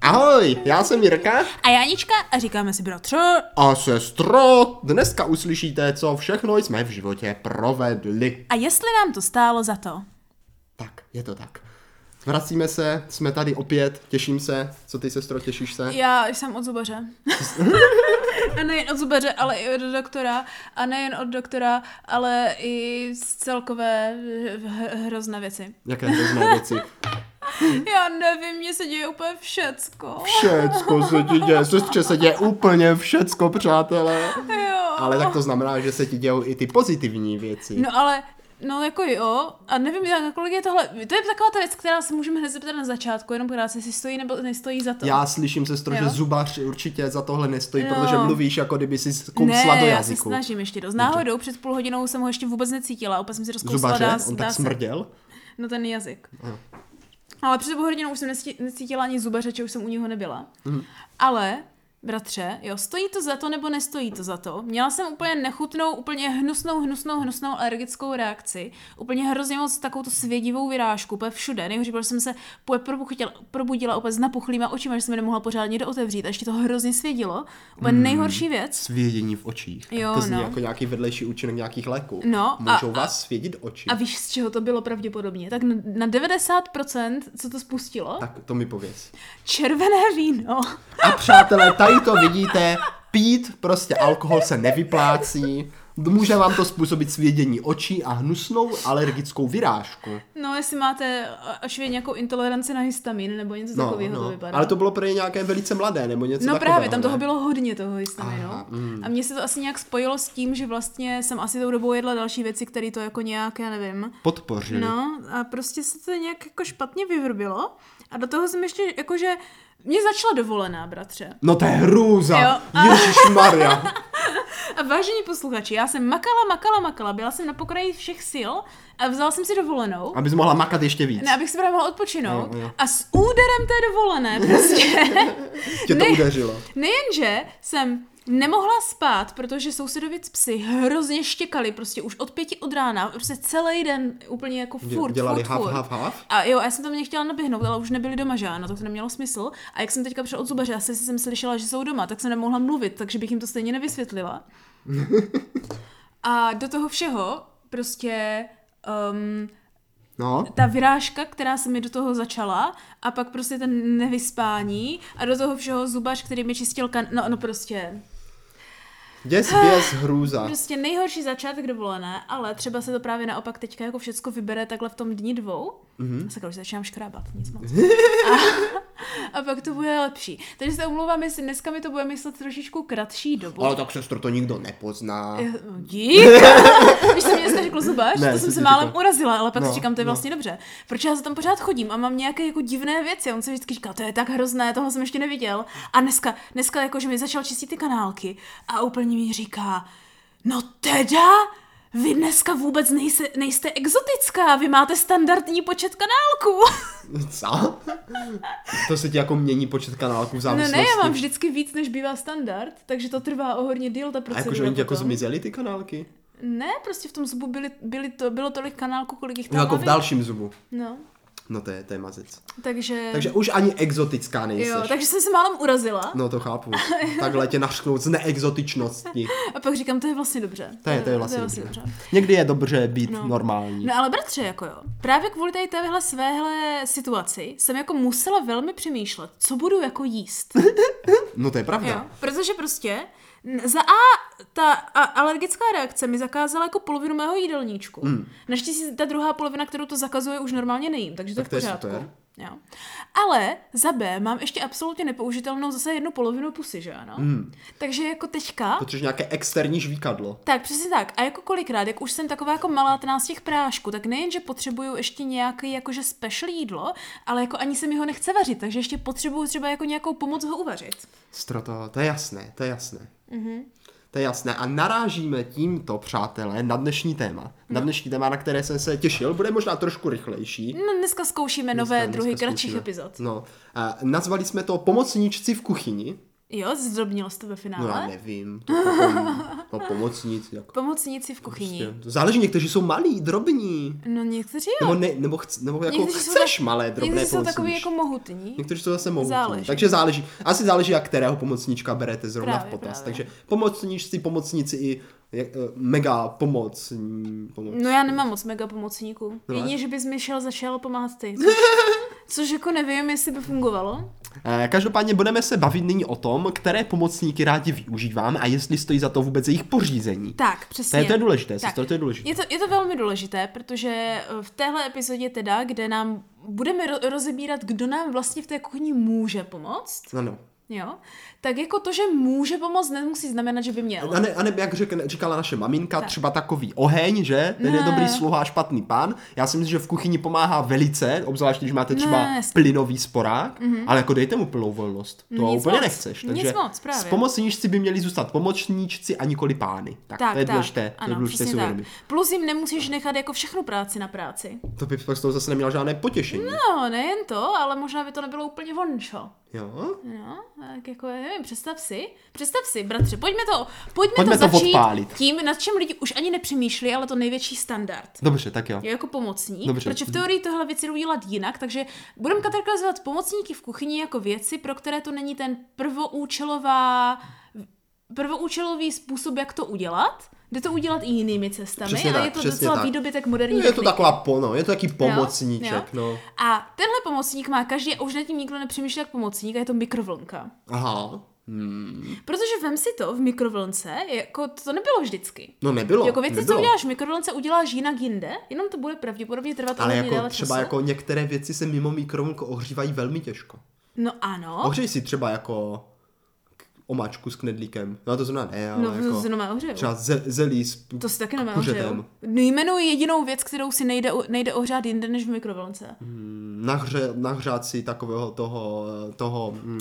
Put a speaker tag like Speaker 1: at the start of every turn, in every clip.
Speaker 1: Ahoj, já jsem Jirka
Speaker 2: A Janička a říkáme si bratře.
Speaker 1: a sestro. Dneska uslyšíte, co všechno jsme v životě provedli.
Speaker 2: A jestli nám to stálo za to?
Speaker 1: Tak, je to tak. Vracíme se, jsme tady opět, těším se. Co ty, sestro, těšíš se?
Speaker 2: Já jsem od zubaře. a nejen od zubaře, ale i od doktora. A nejen od doktora, ale i z celkové h- h- hrozné věci.
Speaker 1: Jaké hrozné věci.
Speaker 2: Já nevím, mně se děje úplně všecko.
Speaker 1: Všecko se ti děje, sestře se děje úplně všecko, přátelé.
Speaker 2: Jo.
Speaker 1: Ale tak to znamená, že se ti dějou i ty pozitivní věci.
Speaker 2: No ale, no jako jo, a nevím, jak, kolik je tohle, to je taková ta věc, která se můžeme hned zeptat na začátku, jenom krátce, jestli stojí nebo nestojí za to.
Speaker 1: Já slyším, sestro, že
Speaker 2: Jo.
Speaker 1: zubař určitě za tohle nestojí,
Speaker 2: No.
Speaker 1: protože mluvíš jako kdyby si
Speaker 2: ne,
Speaker 1: kousla do
Speaker 2: já se
Speaker 1: jazyku.
Speaker 2: snažím ještě dost. Náhodou před půl hodinou jsem ho ještě vůbec necítila, opět jsem si rozkousla
Speaker 1: Zubaře,
Speaker 2: dá,
Speaker 1: on
Speaker 2: dá
Speaker 1: tak
Speaker 2: se-
Speaker 1: smrděl.
Speaker 2: No ten jazyk.
Speaker 1: Ano.
Speaker 2: Ale před půl hodinou už jsem nesti- necítila ani zubaře, že už jsem u něho nebyla.
Speaker 1: Mhm.
Speaker 2: Ale, bratře, jo, stojí to za to nebo nestojí to za to? Měla jsem úplně nechutnou, úplně hnusnou, hnusnou, hnusnou alergickou reakci. Úplně hrozně moc takovou tu svědivou vyrážku, úplně všude. Nejhorší, protože jsem se po- probudila, probudila úplně s napuchlýma očima, že jsem je nemohla pořádně dootevřít. A ještě to hrozně svědilo. Úplně
Speaker 1: Mhm.
Speaker 2: nejhorší věc.
Speaker 1: Svědění v očích.
Speaker 2: Jo,
Speaker 1: to zní
Speaker 2: no.
Speaker 1: jako nějaký vedlejší účinek nějakých léků.
Speaker 2: No, a-
Speaker 1: Můžou vás svědit oči.
Speaker 2: A víš, z čeho to bylo pravděpodobně? Tak na, na 90%, co to spustilo?
Speaker 1: Tak to mi pověz.
Speaker 2: Červené víno.
Speaker 1: A přátelé, tady to vidíte, pít prostě alkohol se nevyplácí. Může vám to způsobit svědění očí a hnusnou alergickou vyrážku.
Speaker 2: No, jestli máte a- až vy nějakou intoleranci na histamin nebo něco
Speaker 1: No,
Speaker 2: takového, to
Speaker 1: no.
Speaker 2: vypadá.
Speaker 1: Ale to bylo pro ně nějaké velice mladé, nebo něco
Speaker 2: No
Speaker 1: takového,
Speaker 2: právě, tam
Speaker 1: ne?
Speaker 2: toho bylo hodně toho histaminu.
Speaker 1: Aha, mm.
Speaker 2: A mně se to asi nějak spojilo s tím, že vlastně jsem asi tou dobou jedla další věci, které to jako nějak, já nevím.
Speaker 1: Podpořili.
Speaker 2: No a prostě se to nějak jako špatně vyvrbilo. A do toho jsem ještě, jakože, mě začala dovolená, bratře.
Speaker 1: No to je hrůza.
Speaker 2: Jo, a-
Speaker 1: Ježíš Maria.
Speaker 2: A vážení posluchači, já jsem makala, makala, makala, byla jsem na pokraji všech sil a vzala jsem si dovolenou.
Speaker 1: Abys mohla makat ještě víc.
Speaker 2: Ne, abych si právě mohla odpočinout.
Speaker 1: Jo, jo.
Speaker 2: A s úderem té dovolené prostě.
Speaker 1: Tě to
Speaker 2: ne-
Speaker 1: udeřilo.
Speaker 2: Nejenže jsem nemohla spát, protože sousedovi psy hrozně štěkali, prostě už od pěti od rána, prostě celý den úplně jako
Speaker 1: Dě-
Speaker 2: furt,
Speaker 1: Dělali
Speaker 2: furt,
Speaker 1: hav,
Speaker 2: furt.
Speaker 1: hav, hav.
Speaker 2: A jo, a já jsem tam mě chtěla naběhnout, ale už nebyli doma žádno, tak to nemělo smysl. A jak jsem teďka přišla od zubaře, asi jsem slyšela, že jsou doma, tak jsem nemohla mluvit, takže bych jim to stejně nevysvětlila. A do toho všeho prostě um,
Speaker 1: No.
Speaker 2: ta vyrážka, která se mi do toho začala a pak prostě ten nevyspání a do toho všeho zubař, který mi čistil kan... No, no prostě,
Speaker 1: Děs, běs, hrůza.
Speaker 2: prostě nejhorší začátek dovolené, ale třeba se to právě naopak teďka jako všecko vybere takhle v tom dní dvou. Mm-hmm. Sakra, už začínám škrábat, nic moc. A, a pak to bude lepší. Takže se omlouvám, jestli dneska mi to bude myslet trošičku kratší dobu.
Speaker 1: Ale tak sestro to nikdo nepozná.
Speaker 2: Eh, no, Dík! Když jsem mě dneska řekl zubař,
Speaker 1: Ne,
Speaker 2: to
Speaker 1: jsem
Speaker 2: jsem se
Speaker 1: ti
Speaker 2: málem
Speaker 1: řekla.
Speaker 2: urazila, ale pak
Speaker 1: No,
Speaker 2: si říkám, to je
Speaker 1: no.
Speaker 2: vlastně dobře. Proč já se tam pořád chodím a mám nějaké jako divné věci? A on se vždycky říká, to je tak hrozné, tohle jsem ještě neviděl. A dneska, dneska jako, že mi začal čistit ty kanálky a úplně mi říká, no teda, vy dneska vůbec nejse, nejste exotická, vy máte standardní počet kanálků.
Speaker 1: Co? To se ti jako mění počet kanálků v
Speaker 2: No
Speaker 1: závislosti.
Speaker 2: ne, já mám vždycky víc, než bývá standard, takže to trvá o hodně díl ta
Speaker 1: A
Speaker 2: procedura.
Speaker 1: jakože oni ti jako
Speaker 2: potom.
Speaker 1: zmizely ty kanálky?
Speaker 2: Ne, prostě v tom zubu byly, byly to, bylo tolik kanálků, kolik jich tam
Speaker 1: No jako v
Speaker 2: má
Speaker 1: dalším zubu.
Speaker 2: být. No,
Speaker 1: No to je, to je mazec.
Speaker 2: takže...
Speaker 1: Takže už ani exotická nejseš.
Speaker 2: jo, takže jsem se málem urazila
Speaker 1: No to chápu. Takhle tě našknout z neexotičnosti.
Speaker 2: a pak říkám, to je vlastně dobře.
Speaker 1: To je, to je vlastně dobře. Někdy je dobře být
Speaker 2: No.
Speaker 1: normální.
Speaker 2: No ale bratře, jako jo, právě kvůli tady téhle svéhle situaci jsem jako musela velmi přemýšlet, co budu jako jíst.
Speaker 1: No to je pravda.
Speaker 2: Jo, protože prostě n- za A ta a, alergická reakce mi zakázala jako polovinu mého jídelníčku.
Speaker 1: Hmm.
Speaker 2: Mm. Naštěstí ta druhá polovina, kterou to zakazuje, už normálně nejím, takže to
Speaker 1: Tak
Speaker 2: je v
Speaker 1: to je
Speaker 2: pořádku.
Speaker 1: super.
Speaker 2: Jo. Ale za B mám ještě absolutně nepoužitelnou zase jednu polovinu pusy, že ano?
Speaker 1: Hmm.
Speaker 2: Mm. Takže jako teďka...
Speaker 1: Potřebuješ nějaké externí žvíkadlo.
Speaker 2: Tak, přesně tak. A jako kolikrát, jak už jsem taková jako malá tná z těch prášků, tak nejen, že potřebuju ještě nějaké jakože special jídlo, ale jako ani se mi ho nechce vařit, takže ještě potřebuju třeba jako nějakou pomoc ho uvařit.
Speaker 1: Stro to, to je jasné, to je jasné. Mm-hmm.
Speaker 2: Mhm.
Speaker 1: To je jasné. A narážíme tímto, přátelé, na dnešní téma.
Speaker 2: No.
Speaker 1: Na dnešní téma, na které jsem se těšil, bude možná trošku rychlejší.
Speaker 2: No, dneska zkoušíme
Speaker 1: Dneska-
Speaker 2: nové
Speaker 1: dneska
Speaker 2: druhy kratších
Speaker 1: zkusíme.
Speaker 2: epizod.
Speaker 1: No, a nazvali jsme to Pomocníčci v kuchyni.
Speaker 2: Jo, zdrobnil jsi to ve
Speaker 1: No já
Speaker 2: finále?
Speaker 1: nevím, to potom, to pomocnic, jako
Speaker 2: Pomocníci v kuchyni.
Speaker 1: prostě. To záleží, někteří jsou malí, drobní.
Speaker 2: No někteří jo.
Speaker 1: Nebo, ne, nebo, chc, nebo jako
Speaker 2: Někteří jsou
Speaker 1: chceš
Speaker 2: tak-
Speaker 1: malé, drobné
Speaker 2: Někteří jsou takový
Speaker 1: pomocníčky.
Speaker 2: jako mohutní.
Speaker 1: Někteří jsou zase mohutní.
Speaker 2: Záleží.
Speaker 1: Takže záleží. Asi záleží, jak kterého pomocníčka berete zrovna
Speaker 2: Právě,
Speaker 1: v potaz.
Speaker 2: právě.
Speaker 1: Takže pomocníčci, pomocníci i je, eh, mega pomoc. pomoc.
Speaker 2: No já nemám moc mega pomocníků.
Speaker 1: No.
Speaker 2: Jedině, že bys mi šel začal pomáhat ty. Což, což jako nevím, jestli by fungovalo.
Speaker 1: Eh, Každopádně budeme se bavit nyní o tom, které pomocníky rádi využíváme a jestli stojí za to vůbec jejich pořízení.
Speaker 2: Tak,
Speaker 1: To
Speaker 2: přesně.
Speaker 1: je, to je důležité,
Speaker 2: Tak.
Speaker 1: sestro, to je důležité.
Speaker 2: Je to, je to velmi důležité, protože eh, v téhle epizodě teda, kde nám budeme ro- rozebírat, kdo nám vlastně v té kuchyni může pomoct,
Speaker 1: Ano.
Speaker 2: jo, tak jako to, že může pomoct, nemusí znamenat, že by měl.
Speaker 1: A ne, a ne, jak řekne, říkala naše maminka,
Speaker 2: Tak.
Speaker 1: třeba takový oheň, že? Ten je
Speaker 2: Ne.
Speaker 1: dobrý sluha a špatný pán. Já si myslím, že v kuchyni pomáhá velice, obzvlášť když máte třeba
Speaker 2: Ne. Mhm.
Speaker 1: plynový sporák, ale jako dejte mu plnou volnost. To
Speaker 2: Nic
Speaker 1: úplně
Speaker 2: moc.
Speaker 1: nechceš.
Speaker 2: Nic
Speaker 1: Takže
Speaker 2: moc, právě.
Speaker 1: s pomocníčci by měli zůstat pomocníčci a nikoli pány. Tak, to je důležité, to je důležité si
Speaker 2: přesně
Speaker 1: uvědomit.
Speaker 2: Plus jim nemusíš nechat jako všechnu práci na práci.
Speaker 1: To by pak z toho zase neměla žádné potěšení.
Speaker 2: No, nejen to, ale možná by to nebylo úplně vončo.
Speaker 1: Jo?
Speaker 2: No, tak jako, já nevím, představ si, představ si, bratře, pojďme to,
Speaker 1: Pojďme
Speaker 2: pojďme, pojďme
Speaker 1: to
Speaker 2: to začít
Speaker 1: odpálit.
Speaker 2: tím, nad čím lidi už ani nepřemýšlí, ale to největší standard.
Speaker 1: Dobře, tak jo.
Speaker 2: Jo, jako pomocník,
Speaker 1: Dobře.
Speaker 2: Dobře. protože v teorii tohle věci jdou dělat jinak, takže budeme kategorizovat pomocníky v kuchyni jako věci, pro které to není ten prvoučelová, prvoučelový způsob, jak to udělat. Jde to udělat i jinými cestami
Speaker 1: Přesně
Speaker 2: a
Speaker 1: tak,
Speaker 2: je to
Speaker 1: přesně
Speaker 2: docela
Speaker 1: tak.
Speaker 2: výdobytek moderní
Speaker 1: Je to
Speaker 2: techniky.
Speaker 1: taková pono, je to taký pomocníček,
Speaker 2: jo.
Speaker 1: no.
Speaker 2: A tenhle pomocník má každý a už nad tím nikdo nepřemýšlí jak pomocník a je to mikrovlnka.
Speaker 1: Aha. Hmm.
Speaker 2: Protože vem si to v mikrovlnce, jako to nebylo vždycky.
Speaker 1: No nebylo.
Speaker 2: jako věci,
Speaker 1: nebylo.
Speaker 2: co uděláš v mikrovlnce, uděláš jinak jinde, jenom to bude pravděpodobně trvat
Speaker 1: Ale
Speaker 2: hodně
Speaker 1: jako
Speaker 2: déle
Speaker 1: třeba
Speaker 2: času.
Speaker 1: jako některé věci se mimo mikrovlnku ohřívají velmi těžko.
Speaker 2: No ano,
Speaker 1: Ohřej si třeba jako k- omáčku s knedlíkem. No to zrovna ne, ale
Speaker 2: no
Speaker 1: jako
Speaker 2: jako... zrovna ohřeju.
Speaker 1: třeba ze, zelí s...
Speaker 2: To si taky nemá
Speaker 1: kuřetem.
Speaker 2: ohřeju. Nejmenuji jedinou věc, kterou si nejde, o- nejde ohřát jinde než v mikrovlnce.
Speaker 1: Hmm. Nahře, nahřát si takového toho, toho mm,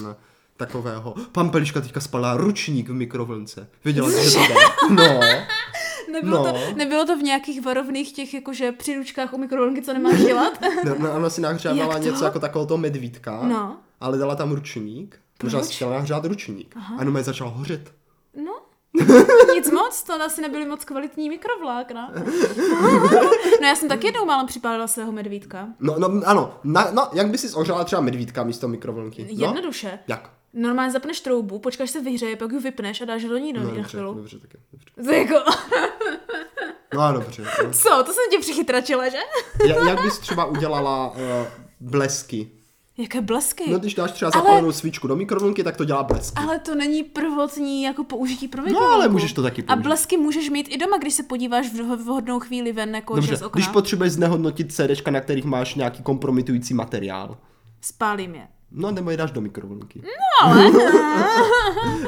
Speaker 1: takového. Pampeliška teďka spala ručník v mikrovlnce. Viděla jsi, že to jde? No.
Speaker 2: Nebylo,
Speaker 1: No.
Speaker 2: to, nebylo to v nějakých varovných těch jakože příručkách u mikrovlnky, co nemáš dělat?
Speaker 1: No, no, ona si nahřávala
Speaker 2: Jak to?
Speaker 1: něco jako takového toho medvídka,
Speaker 2: No.
Speaker 1: ale dala tam ručník. Možná si
Speaker 2: Proč?
Speaker 1: chtěla nahřát ručník. Aha. A jenom začal hořet.
Speaker 2: No, nic moc, to asi nebyly moc kvalitní mikrovlákna. No já jsem taky jednou málem připálila svého medvídka.
Speaker 1: No, no ano, na, no, jak by si ořala třeba medvídka místo mikrovlnky? No?
Speaker 2: Jednoduše.
Speaker 1: Jak?
Speaker 2: Normálně zapneš troubu, počkáš se vyhřeje, pak ji vypneš a dáš do ní do ní na
Speaker 1: No, dobře,
Speaker 2: chvíli.
Speaker 1: dobře, tak jo, dobře.
Speaker 2: To je jako,
Speaker 1: No a dobře. No.
Speaker 2: co, to jsem tě přichytračila, že?
Speaker 1: Ja, jak bys třeba udělala uh, blesky?
Speaker 2: Jaké blesky.
Speaker 1: No když dáš třeba
Speaker 2: Ale-
Speaker 1: zapálenou svíčku do mikrovlnky, tak to dělá blesk.
Speaker 2: Ale to není prvotní jako použití pro mikrovlnku.
Speaker 1: No, ale můžeš to taky
Speaker 2: A
Speaker 1: použít.
Speaker 2: blesky můžeš mít i doma, když se podíváš v vho- vhodnou chvíli ven jako že
Speaker 1: Dobře,
Speaker 2: z okna.
Speaker 1: když potřebuješ znehodnotit CDčka, na kterých máš nějaký kompromitující materiál.
Speaker 2: Spálím je.
Speaker 1: No nebo je dáš do mikrovlnky. No ale...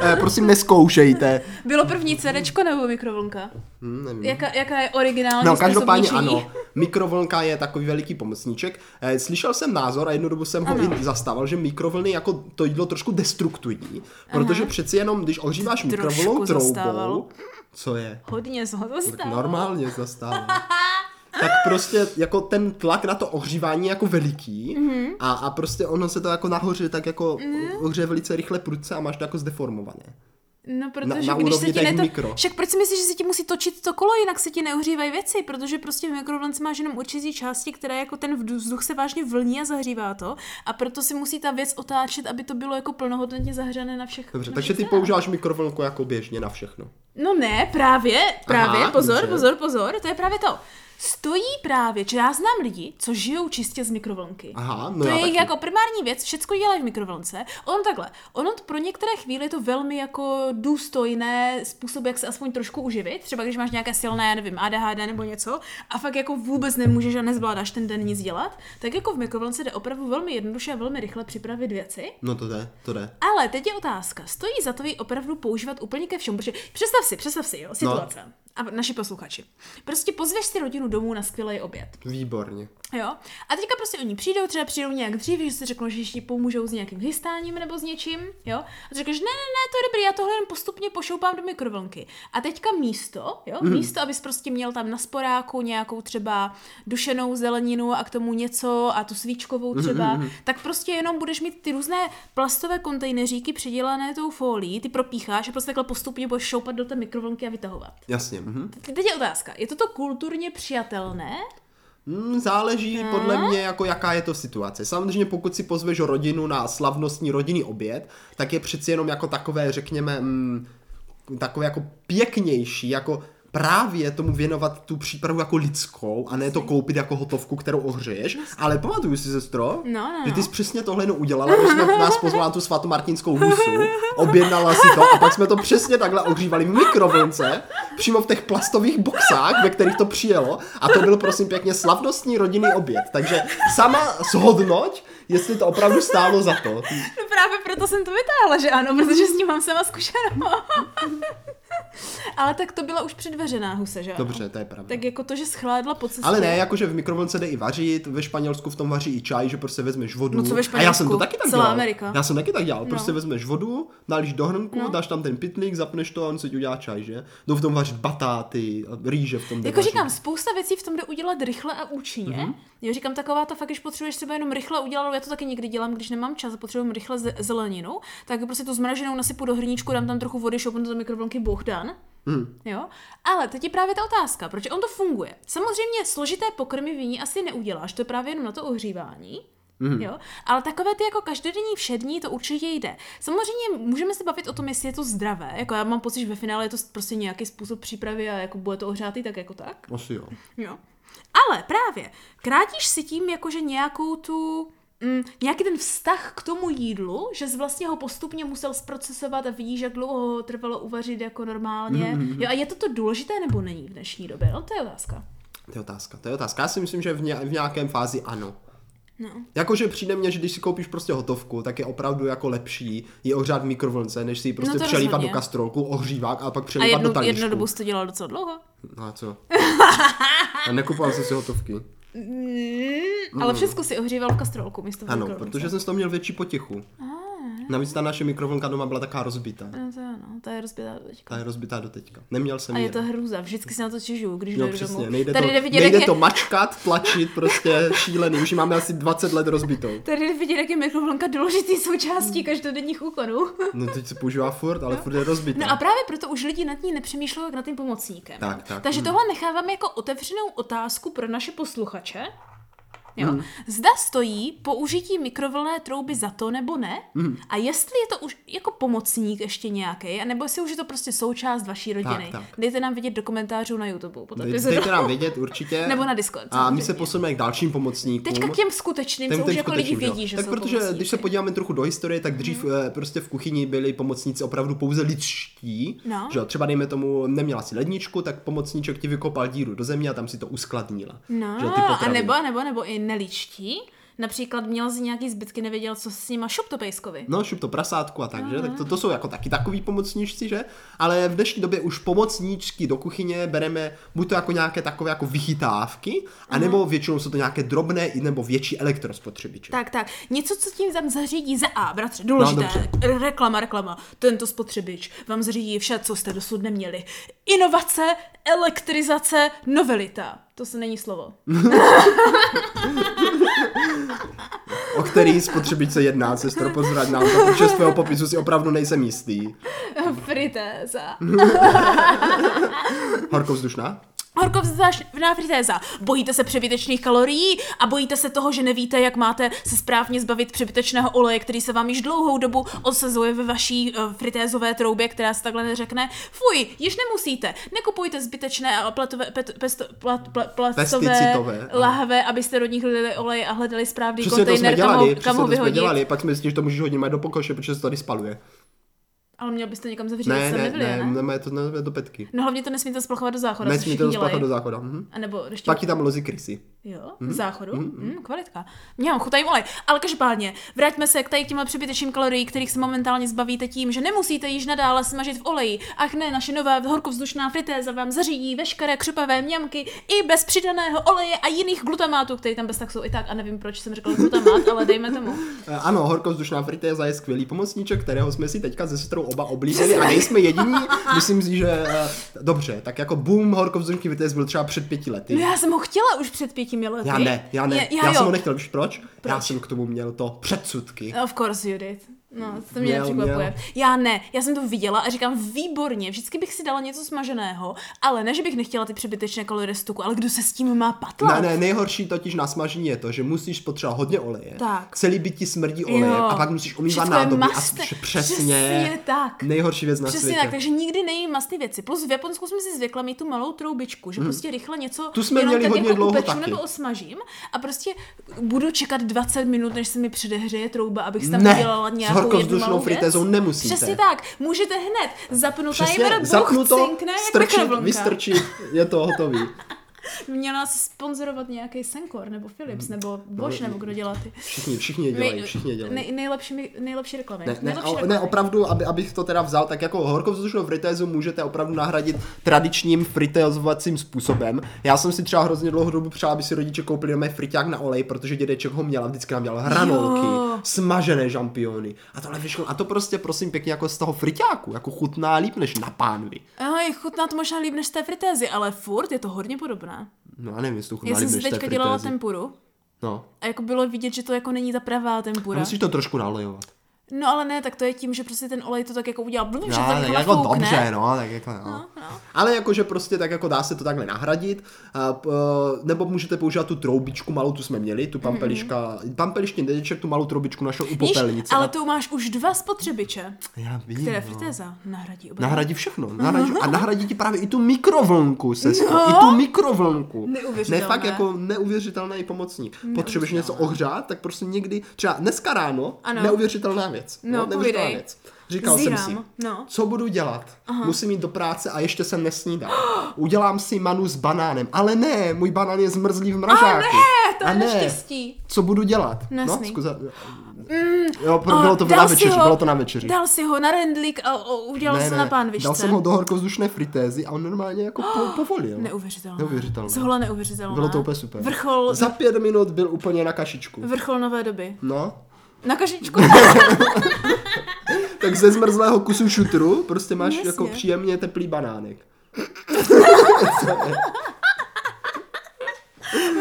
Speaker 1: eh, prosím, neskoušejte.
Speaker 2: Bylo první CDčko nebo mikrovlnka?
Speaker 1: Hm, Mm. nevím.
Speaker 2: Jaká, jaká je originální
Speaker 1: No,
Speaker 2: způsob
Speaker 1: každopádně
Speaker 2: ničení?
Speaker 1: ano, mikrovlnka je takový veliký pomocníček. Eh, Slyšel jsem názor a jednu dobu jsem ho i zastával, že mikrovlny jako to jídlo trošku destruktují, protože přeci jenom, když ohříváš
Speaker 2: Trošku
Speaker 1: mikrovlnou
Speaker 2: zastával.
Speaker 1: troubou, co je?
Speaker 2: Hodně z toho
Speaker 1: No, Tak
Speaker 2: stalo.
Speaker 1: normálně zastával. Tak prostě jako ten tlak na to ohřívání je jako veliký
Speaker 2: Mhm.
Speaker 1: a, a prostě ono se to jako nahoře tak jako ohřeje velice rychle prudce a máš to jako zdeformované.
Speaker 2: No, protože
Speaker 1: na
Speaker 2: když
Speaker 1: úrovni
Speaker 2: se ti
Speaker 1: těch
Speaker 2: neto...
Speaker 1: mikro.
Speaker 2: Však proč si myslíš, že se ti musí točit to kolo, jinak se ti neohřívají věci, protože prostě v mikrovlnce máš jenom určitý části, které jako ten vdu- vzduch se vážně vlní a zahřívá to a proto si musí ta věc otáčet, aby to bylo jako plnohodnotně zahřané na všech.
Speaker 1: Dobře,
Speaker 2: na
Speaker 1: takže
Speaker 2: všech
Speaker 1: ty
Speaker 2: stranách.
Speaker 1: používáš mikrovlnku jako běžně na všechno.
Speaker 2: No ne, právě, právě,
Speaker 1: Aha,
Speaker 2: Aha, pozor,
Speaker 1: dobře.
Speaker 2: pozor, pozor, to je právě to. Stojí právě, že já znám lidi, co žijou čistě z mikrovlnky.
Speaker 1: Aha, no
Speaker 2: to
Speaker 1: já
Speaker 2: je jejich
Speaker 1: taky.
Speaker 2: jako primární věc, všecko dělají v mikrovlnce. Ono takhle, ono t- pro některé chvíle je to velmi jako důstojné způsob, jak se aspoň trošku uživit. Třeba když máš nějaké silné, já nevím, ADHD nebo něco a fakt jako vůbec nemůžeš a nezvládáš ten den nic dělat, tak jako v mikrovlnce jde opravdu velmi jednoduše a velmi rychle připravit věci.
Speaker 1: No to jde, to jde.
Speaker 2: Ale teď je otázka, stojí za to ji opravdu používat úplně ke všemu, protože představ si, představ si, jo, situace. a naši posluchači. Prostě pozveš si rodinu domů na skvělý oběd.
Speaker 1: Výborně.
Speaker 2: Jo? A teďka prostě oni přijdou, třeba přijdou nějak dřív, že si řeknou, že ještě pomůžou s nějakým hystáním nebo s něčím, jo? A řekneš, ne, ne, ne, to je dobrý, já tohle jen postupně pošoupám do mikrovlnky. A teďka místo, jo? Mm. Místo, abys prostě měl tam na sporáku nějakou třeba dušenou zeleninu a k tomu něco a tu svíčkovou třeba, mm. tak prostě jenom budeš mít ty různé plastové kontejneříky předělané tou folií, ty propícháš a prostě takhle postupně budeš šoupat do té mikrovlnky a vytahovat.
Speaker 1: Jasně. Mhm.
Speaker 2: Teď je otázka, je toto kulturně přijatelné?
Speaker 1: Mm, Záleží
Speaker 2: Hm?
Speaker 1: podle mě, jako jaká je to situace. Samozřejmě pokud si pozveš rodinu na slavnostní rodinný oběd, tak je přeci jenom jako takové, řekněme, mm, takové jako pěknější, jako právě tomu věnovat tu přípravu jako lidskou a ne to koupit jako hotovku, kterou ohřeješ. Ale pamatuju si, sestro,
Speaker 2: No, no,
Speaker 1: že ty
Speaker 2: no.
Speaker 1: jsi přesně tohle jenom udělala, když jsme nás pozvala na tu svatomartinskou husu, objednala si to a pak jsme to přesně takhle ohřívali v mikrovlnce, přímo v těch plastových boxách, ve kterých to přijelo a to byl prosím pěkně slavnostní rodinný oběd. Takže sama shodnoť, jestli to opravdu stálo za to.
Speaker 2: No právě proto jsem to vytáhla, že ano, protože s ním mám sama zkušenou. Ale tak to byla už předvařená husa, že ano?
Speaker 1: Dobře, to je pravda.
Speaker 2: Tak jako to, že schlédla po cestě.
Speaker 1: Ale ne, jakože v mikrovlnce jde i vařit, ve Španělsku v tom vaří i čaj, že prostě vezmeš vodu.
Speaker 2: No co ve
Speaker 1: a já jsem to
Speaker 2: Španělsku?
Speaker 1: taky tak
Speaker 2: Celá
Speaker 1: dělal.
Speaker 2: Amerika.
Speaker 1: Já jsem taky tak dělal. Prostě
Speaker 2: No.
Speaker 1: vezmeš vodu, nalíš do hrnku, dáš tam ten pitlík, zapneš to a on se ti udělá čaj, že? Jdou v tom vařit batáty, rýže v tom jde
Speaker 2: Jako
Speaker 1: vařit.
Speaker 2: říkám, spousta věcí v tom jde udělat rychle a účinně. Mm-hmm. Jo, říkám, taková ta fakt, když potřebuješ třeba jenom rychle udělat, já to taky někdy dělám, když nemám čas a potřebuji rychle ze- zeleninu, tak prostě tu zmraženou nasypu do hrníčku, dám tam trochu vody, šoupnu to do mikrovlnky Bohdan.
Speaker 1: Mm.
Speaker 2: Jo? Ale teď je právě ta otázka, proč on to funguje. Samozřejmě složité pokrmy viní asi neuděláš, to je právě jenom na to ohřívání. Mm. Jo? Ale takové ty jako každodenní všední to určitě jde. Samozřejmě můžeme se bavit o tom, jestli je to zdravé. Jako já mám pocit, že ve finále je to prostě nějaký způsob přípravy a jako bude to ohřátý tak jako tak.
Speaker 1: Asi jo.
Speaker 2: Jo. Ale právě, krátíš si tím jakože nějakou tu, mm, nějaký ten vztah k tomu jídlu, že jsi vlastně ho postupně musel zprocesovat a vidíš, jak dlouho ho trvalo uvařit jako normálně. Mm-hmm. Jo, a je to to důležité nebo není v dnešní době? No to je otázka.
Speaker 1: To je otázka, to je otázka. Já si myslím, že v, ně, v nějakém fázi ano.
Speaker 2: No.
Speaker 1: Jakože přijde mně, že když si koupíš prostě hotovku, tak je opravdu jako lepší ji ohřát v mikrovlnce, než si ji prostě
Speaker 2: No to
Speaker 1: přelívat do
Speaker 2: rozhodně.
Speaker 1: kastrolku, ohřívat a pak
Speaker 2: A
Speaker 1: přelívat do
Speaker 2: jednu,
Speaker 1: talířku.
Speaker 2: jednu dobu jsi to dělal docela dlouho.
Speaker 1: No a co? A nekupoval jsi si hotovky.
Speaker 2: Mm, ale všechno si ohříval v kastrolku místo v
Speaker 1: Ano,
Speaker 2: mikrovlnce.
Speaker 1: protože jsem z toho měl větší potichu.
Speaker 2: Ah,
Speaker 1: Navíc ta naše mikrovlnka doma byla taká rozbitá.
Speaker 2: no to je, no, to je rozbětá teďka.
Speaker 1: Ta je rozbitá do teďka. Neměl jsem
Speaker 2: A
Speaker 1: ji.
Speaker 2: je to hrůza, vždycky se na to těžu, když
Speaker 1: No
Speaker 2: jdu
Speaker 1: přesně,
Speaker 2: domů.
Speaker 1: nejde,
Speaker 2: Tady
Speaker 1: to,
Speaker 2: jde vidět, jak
Speaker 1: nejde
Speaker 2: je-
Speaker 1: to mačkat, tlačit, prostě šílený. Už ji máme asi 20 let rozbitou.
Speaker 2: Tady jde vidět, jak je mikrovlnka důležitý
Speaker 1: Mm.
Speaker 2: součástí každodenních úkonů.
Speaker 1: No teď se používá furt, ale furt je rozbitá.
Speaker 2: No a právě proto už lidi nad ní nepřemýšlejí jak nad tím pomocníkem.
Speaker 1: Tak, tak,
Speaker 2: Takže
Speaker 1: mm.
Speaker 2: tohle necháváme jako otevřenou otázku pro naše posluchače. Jo.
Speaker 1: Hmm.
Speaker 2: Zda stojí použití mikrovlné trouby za to nebo ne?
Speaker 1: Hmm.
Speaker 2: A jestli je to už jako pomocník ještě nějaký, nebo jestli už je to prostě součást vaší rodiny?
Speaker 1: tak.
Speaker 2: Dejte nám vědět do komentářů na YouTube. Pod
Speaker 1: Dej-
Speaker 2: epizodou.
Speaker 1: Dejte nám vědět určitě.
Speaker 2: Nebo na Discord,
Speaker 1: A my
Speaker 2: samozřejmě.
Speaker 1: se posuneme k dalším pomocníkům.
Speaker 2: Teďka k těm skutečným,
Speaker 1: Ten-
Speaker 2: co už
Speaker 1: ten
Speaker 2: jako lidi
Speaker 1: skutečný, jo.
Speaker 2: vědí, že
Speaker 1: tak
Speaker 2: jsou
Speaker 1: protože když se
Speaker 2: pomocníci. Mhm.
Speaker 1: podíváme trochu do historie, tak dřív eh, prostě v kuchyni byli pomocníci opravdu pouze lidští.
Speaker 2: No.
Speaker 1: Že jo, třeba dejme tomu, neměla si ledničku, tak pomocníček ti vykopal díru do země a tam si to uskladnila.
Speaker 2: No,
Speaker 1: že jo,
Speaker 2: a
Speaker 1: potraviny.
Speaker 2: nebo, nebo, nebo i neličtí. Například měl z nějaký zbytky, nevěděl, co s nima, šup to pejskovi.
Speaker 1: No, šup to prasátku a tak,
Speaker 2: No.
Speaker 1: že? Tak to, to jsou jako taky takový pomocníčci, že? Ale v dnešní době už pomocníčky do kuchyně bereme buď to jako nějaké takové jako vychytávky, anebo většinou jsou to nějaké drobné i nebo větší elektrospotřebiče.
Speaker 2: Tak, tak. Něco, co tím tam zařídí za A, bratře, důležité.
Speaker 1: dobře.
Speaker 2: No, reklama, reklama. Tento spotřebič vám zařídí vše, co jste dosud neměli. Inovace, elektrizace, novelita. To se není slovo.
Speaker 1: O který spotřebič se jedná, sestro, pozrať nám to, protože z tvého popisu si opravdu nejsem jistý.
Speaker 2: Fritéza.
Speaker 1: Horkovzdušná?
Speaker 2: Horkovzdášná fritéza. Bojíte se přebytečných kalorií a bojíte se toho, že nevíte, jak máte se správně zbavit přebytečného oleje, který se vám již dlouhou dobu osazuje ve vaší eh, fritézové troubě, která se takhle neřekne. Fuj, již nemusíte. Nekupujte zbytečné a platové, pet, pesto, plat, pla, plastové
Speaker 1: Pesticidové, ano.
Speaker 2: lahve, abyste do nich lili olej a hledali správný
Speaker 1: Přesně to jsme
Speaker 2: kontejner, kam ho,
Speaker 1: dělali,
Speaker 2: kam
Speaker 1: přesně to
Speaker 2: ho
Speaker 1: jsme
Speaker 2: vyhodit.
Speaker 1: dělali, pak jsme zjistili, že to můžeš hodit do pokoše, protože se tady spaluje.
Speaker 2: Ale měl byste někam zavřít,
Speaker 1: Ne,
Speaker 2: abyste
Speaker 1: ne,
Speaker 2: nebyli,
Speaker 1: ne, ne, ne, to ne, do petky.
Speaker 2: No hlavně to nesmíte splachovat do záchoda, což
Speaker 1: Nesmíte to
Speaker 2: všichni
Speaker 1: spáchat
Speaker 2: dělají.
Speaker 1: do záchoda. Mhm.
Speaker 2: A nebo ještě
Speaker 1: Pak ti tam lozí krysy.
Speaker 2: Jo, v záchodu.
Speaker 1: Mhm,
Speaker 2: Mm, kvalitka. Měla chutají olej. Ale každopádně, vraťme se k tady k těmhle přebytečným kalorií, kterých se momentálně zbavíte tím, že nemusíte již nadále smažit v oleji. Ach ne, naše nová horkovzdušná fritéza vám zařídí veškeré křupavé mňamky i bez přidaného oleje a jiných glutamátů, které tam bez tak jsou i tak. A nevím, proč jsem řekla glutamát, ale dejme tomu.
Speaker 1: Eh, Ano, horkovzdušná fritéza je skvělý pomocníček, kterého jsme si teďka se sestrou oba oblíbili a nejsme jediní. Myslím si, že eh, dobře, tak jako boom horkovzdušný fritéz byl třeba před pěti lety.
Speaker 2: No já jsem ho chtěla už před pěti lety.
Speaker 1: Já ne, já ne,
Speaker 2: Je-
Speaker 1: já, já jsem
Speaker 2: jo.
Speaker 1: ho nechtěl, víš proč? Já jsem k tomu měl to předsudky.
Speaker 2: Of course you did. No, to mě
Speaker 1: Měl,
Speaker 2: nepřekvapuje. Já ne, já jsem to viděla a říkám výborně, vždycky bych si dala něco smaženého, ale ne, že bych nechtěla ty přebytečné kalorie z tuku, ale kdo se s tím má patlat?
Speaker 1: Ne, ne, nejhorší totiž na smažení je to, že musíš potřebovat hodně oleje.
Speaker 2: Tak.
Speaker 1: Celý byt ti smrdí olejem
Speaker 2: Jo.
Speaker 1: a pak musíš omývat
Speaker 2: Všecko je
Speaker 1: nádobí. A
Speaker 2: masné.
Speaker 1: přesně,
Speaker 2: Přesně tak.
Speaker 1: Nejhorší věc na
Speaker 2: Přesně
Speaker 1: světě.
Speaker 2: tak, takže nikdy nejím masné věci. Plus v Japonsku jsme si zvykla mít tu malou troubičku, že prostě rychle něco
Speaker 1: Hmm. Tu jsme
Speaker 2: jenom
Speaker 1: měli
Speaker 2: tak
Speaker 1: hodně
Speaker 2: jako
Speaker 1: dlouho
Speaker 2: upeču
Speaker 1: taky.
Speaker 2: nebo osmažím a prostě budu čekat 20 minut, než se mi předehřeje trouba, abych si tam
Speaker 1: Ne,
Speaker 2: udělala
Speaker 1: s
Speaker 2: nějakou jednu
Speaker 1: horkovzdušnou
Speaker 2: malou
Speaker 1: fritézou
Speaker 2: věc.
Speaker 1: nemusíte.
Speaker 2: Přesně tak, můžete hned zapnout
Speaker 1: Přesně,
Speaker 2: timer,
Speaker 1: zapnu
Speaker 2: zapnu
Speaker 1: to,
Speaker 2: cinkne, jak
Speaker 1: strčit,
Speaker 2: mikrovlnka.
Speaker 1: vystrčit, je to hotový.
Speaker 2: Měl nás sponzorovat nějaký Senkor, nebo Philips,
Speaker 1: Mhm.
Speaker 2: nebo Bosch, nebo kdo dělá ty.
Speaker 1: Všichni, všichni je No, dělají, všichni je dělají.
Speaker 2: nej, nejlepší, mi- nejlepší reklamy.
Speaker 1: Ne, ne,
Speaker 2: nejlepší
Speaker 1: a,
Speaker 2: reklamy.
Speaker 1: ne, opravdu, aby, abych to teda vzal, tak jako horkovzdušnou fritézu můžete opravdu nahradit tradičním fritézovacím způsobem. Já jsem si třeba hrozně dlouhou dobu přála, aby si rodiče koupili doma friťák na olej, protože dědeček ho měl a vždycky nám dělal hranolky,
Speaker 2: Jo.
Speaker 1: smažené žampiony. A tohle vyšlo. A to prostě prosím pěkně jako z toho friťáku, jako chutná líp než na pánvi.
Speaker 2: Aj, chutná to možná líp než z té fritézy, ale furt je to hodně podobné.
Speaker 1: No a nevím, jestli to chutná
Speaker 2: Já jsem
Speaker 1: líp
Speaker 2: si
Speaker 1: než té
Speaker 2: teďka dělala
Speaker 1: fritézy.
Speaker 2: tempuru
Speaker 1: No.
Speaker 2: a jako bylo vidět, že to jako není ta pravá tempura.
Speaker 1: A musíš to trošku nalejovat.
Speaker 2: No ale ne, tak to je tím, že prostě ten olej to tak jako udělal blum, že
Speaker 1: No,
Speaker 2: to tak
Speaker 1: tak
Speaker 2: jako,
Speaker 1: jako
Speaker 2: nafoukne.
Speaker 1: dobře, no, tak jako no.
Speaker 2: No, no.
Speaker 1: Ale jakože prostě tak jako dá se to takhle nahradit, a, p- e, nebo můžete používat tu troubičku malou, tu jsme měli, tu pampeliška, mm-hmm. pampelištěn dědeček tu malou troubičku našel u
Speaker 2: Mhm. Víš,
Speaker 1: popelnice.
Speaker 2: ale to máš už dva spotřebiče,
Speaker 1: Já vím,
Speaker 2: které
Speaker 1: no.
Speaker 2: fritéza nahradí oba.
Speaker 1: Nahradí všechno. Nahradí, a nahradí ti právě i tu mikrovlnku, sestro.
Speaker 2: No.
Speaker 1: I tu mikrovlnku.
Speaker 2: Neuvěřitelné.
Speaker 1: Ne, fakt jako neuvěřitelný pomocník. Potřebuješ něco ohřát, tak prostě někdy, třeba dneska ráno,
Speaker 2: Ano.
Speaker 1: neuvěřitelná věc.
Speaker 2: No,
Speaker 1: jo, neuvěřitelná
Speaker 2: povídej.
Speaker 1: věc. Říkal jsem
Speaker 2: Zírám,
Speaker 1: si,
Speaker 2: no.
Speaker 1: co budu dělat? Aha. Musím jít do práce a ještě jsem nesnídal. Udělám si manu s banánem, ale ne, můj banán je zmrzlý v mrazáku.
Speaker 2: ne, to
Speaker 1: A
Speaker 2: je neštěstí.
Speaker 1: Co budu dělat?
Speaker 2: Nesný.
Speaker 1: No, zkuze... Jo, pro- bylo to
Speaker 2: Mm, oh, dal
Speaker 1: na
Speaker 2: si
Speaker 1: večeři,
Speaker 2: ho-
Speaker 1: bylo to na večeři.
Speaker 2: Dal si ho na rendlík a o, udělal se na pánvišce.
Speaker 1: Dal jsem ho do horkovzdušné fritézy a on normálně jako po, povolil.
Speaker 2: Neuvěřitelné.
Speaker 1: Neuvěřitelné.
Speaker 2: Zhola neuvěřitelné.
Speaker 1: Bylo to úplně super.
Speaker 2: Vrchol,
Speaker 1: Za pět minut byl úplně na kašičku.
Speaker 2: vrchol nové doby.
Speaker 1: No.
Speaker 2: Na kažičku.
Speaker 1: Tak ze zmrzlého kusu šutru prostě máš
Speaker 2: Jasně.
Speaker 1: jako příjemně teplý banánek.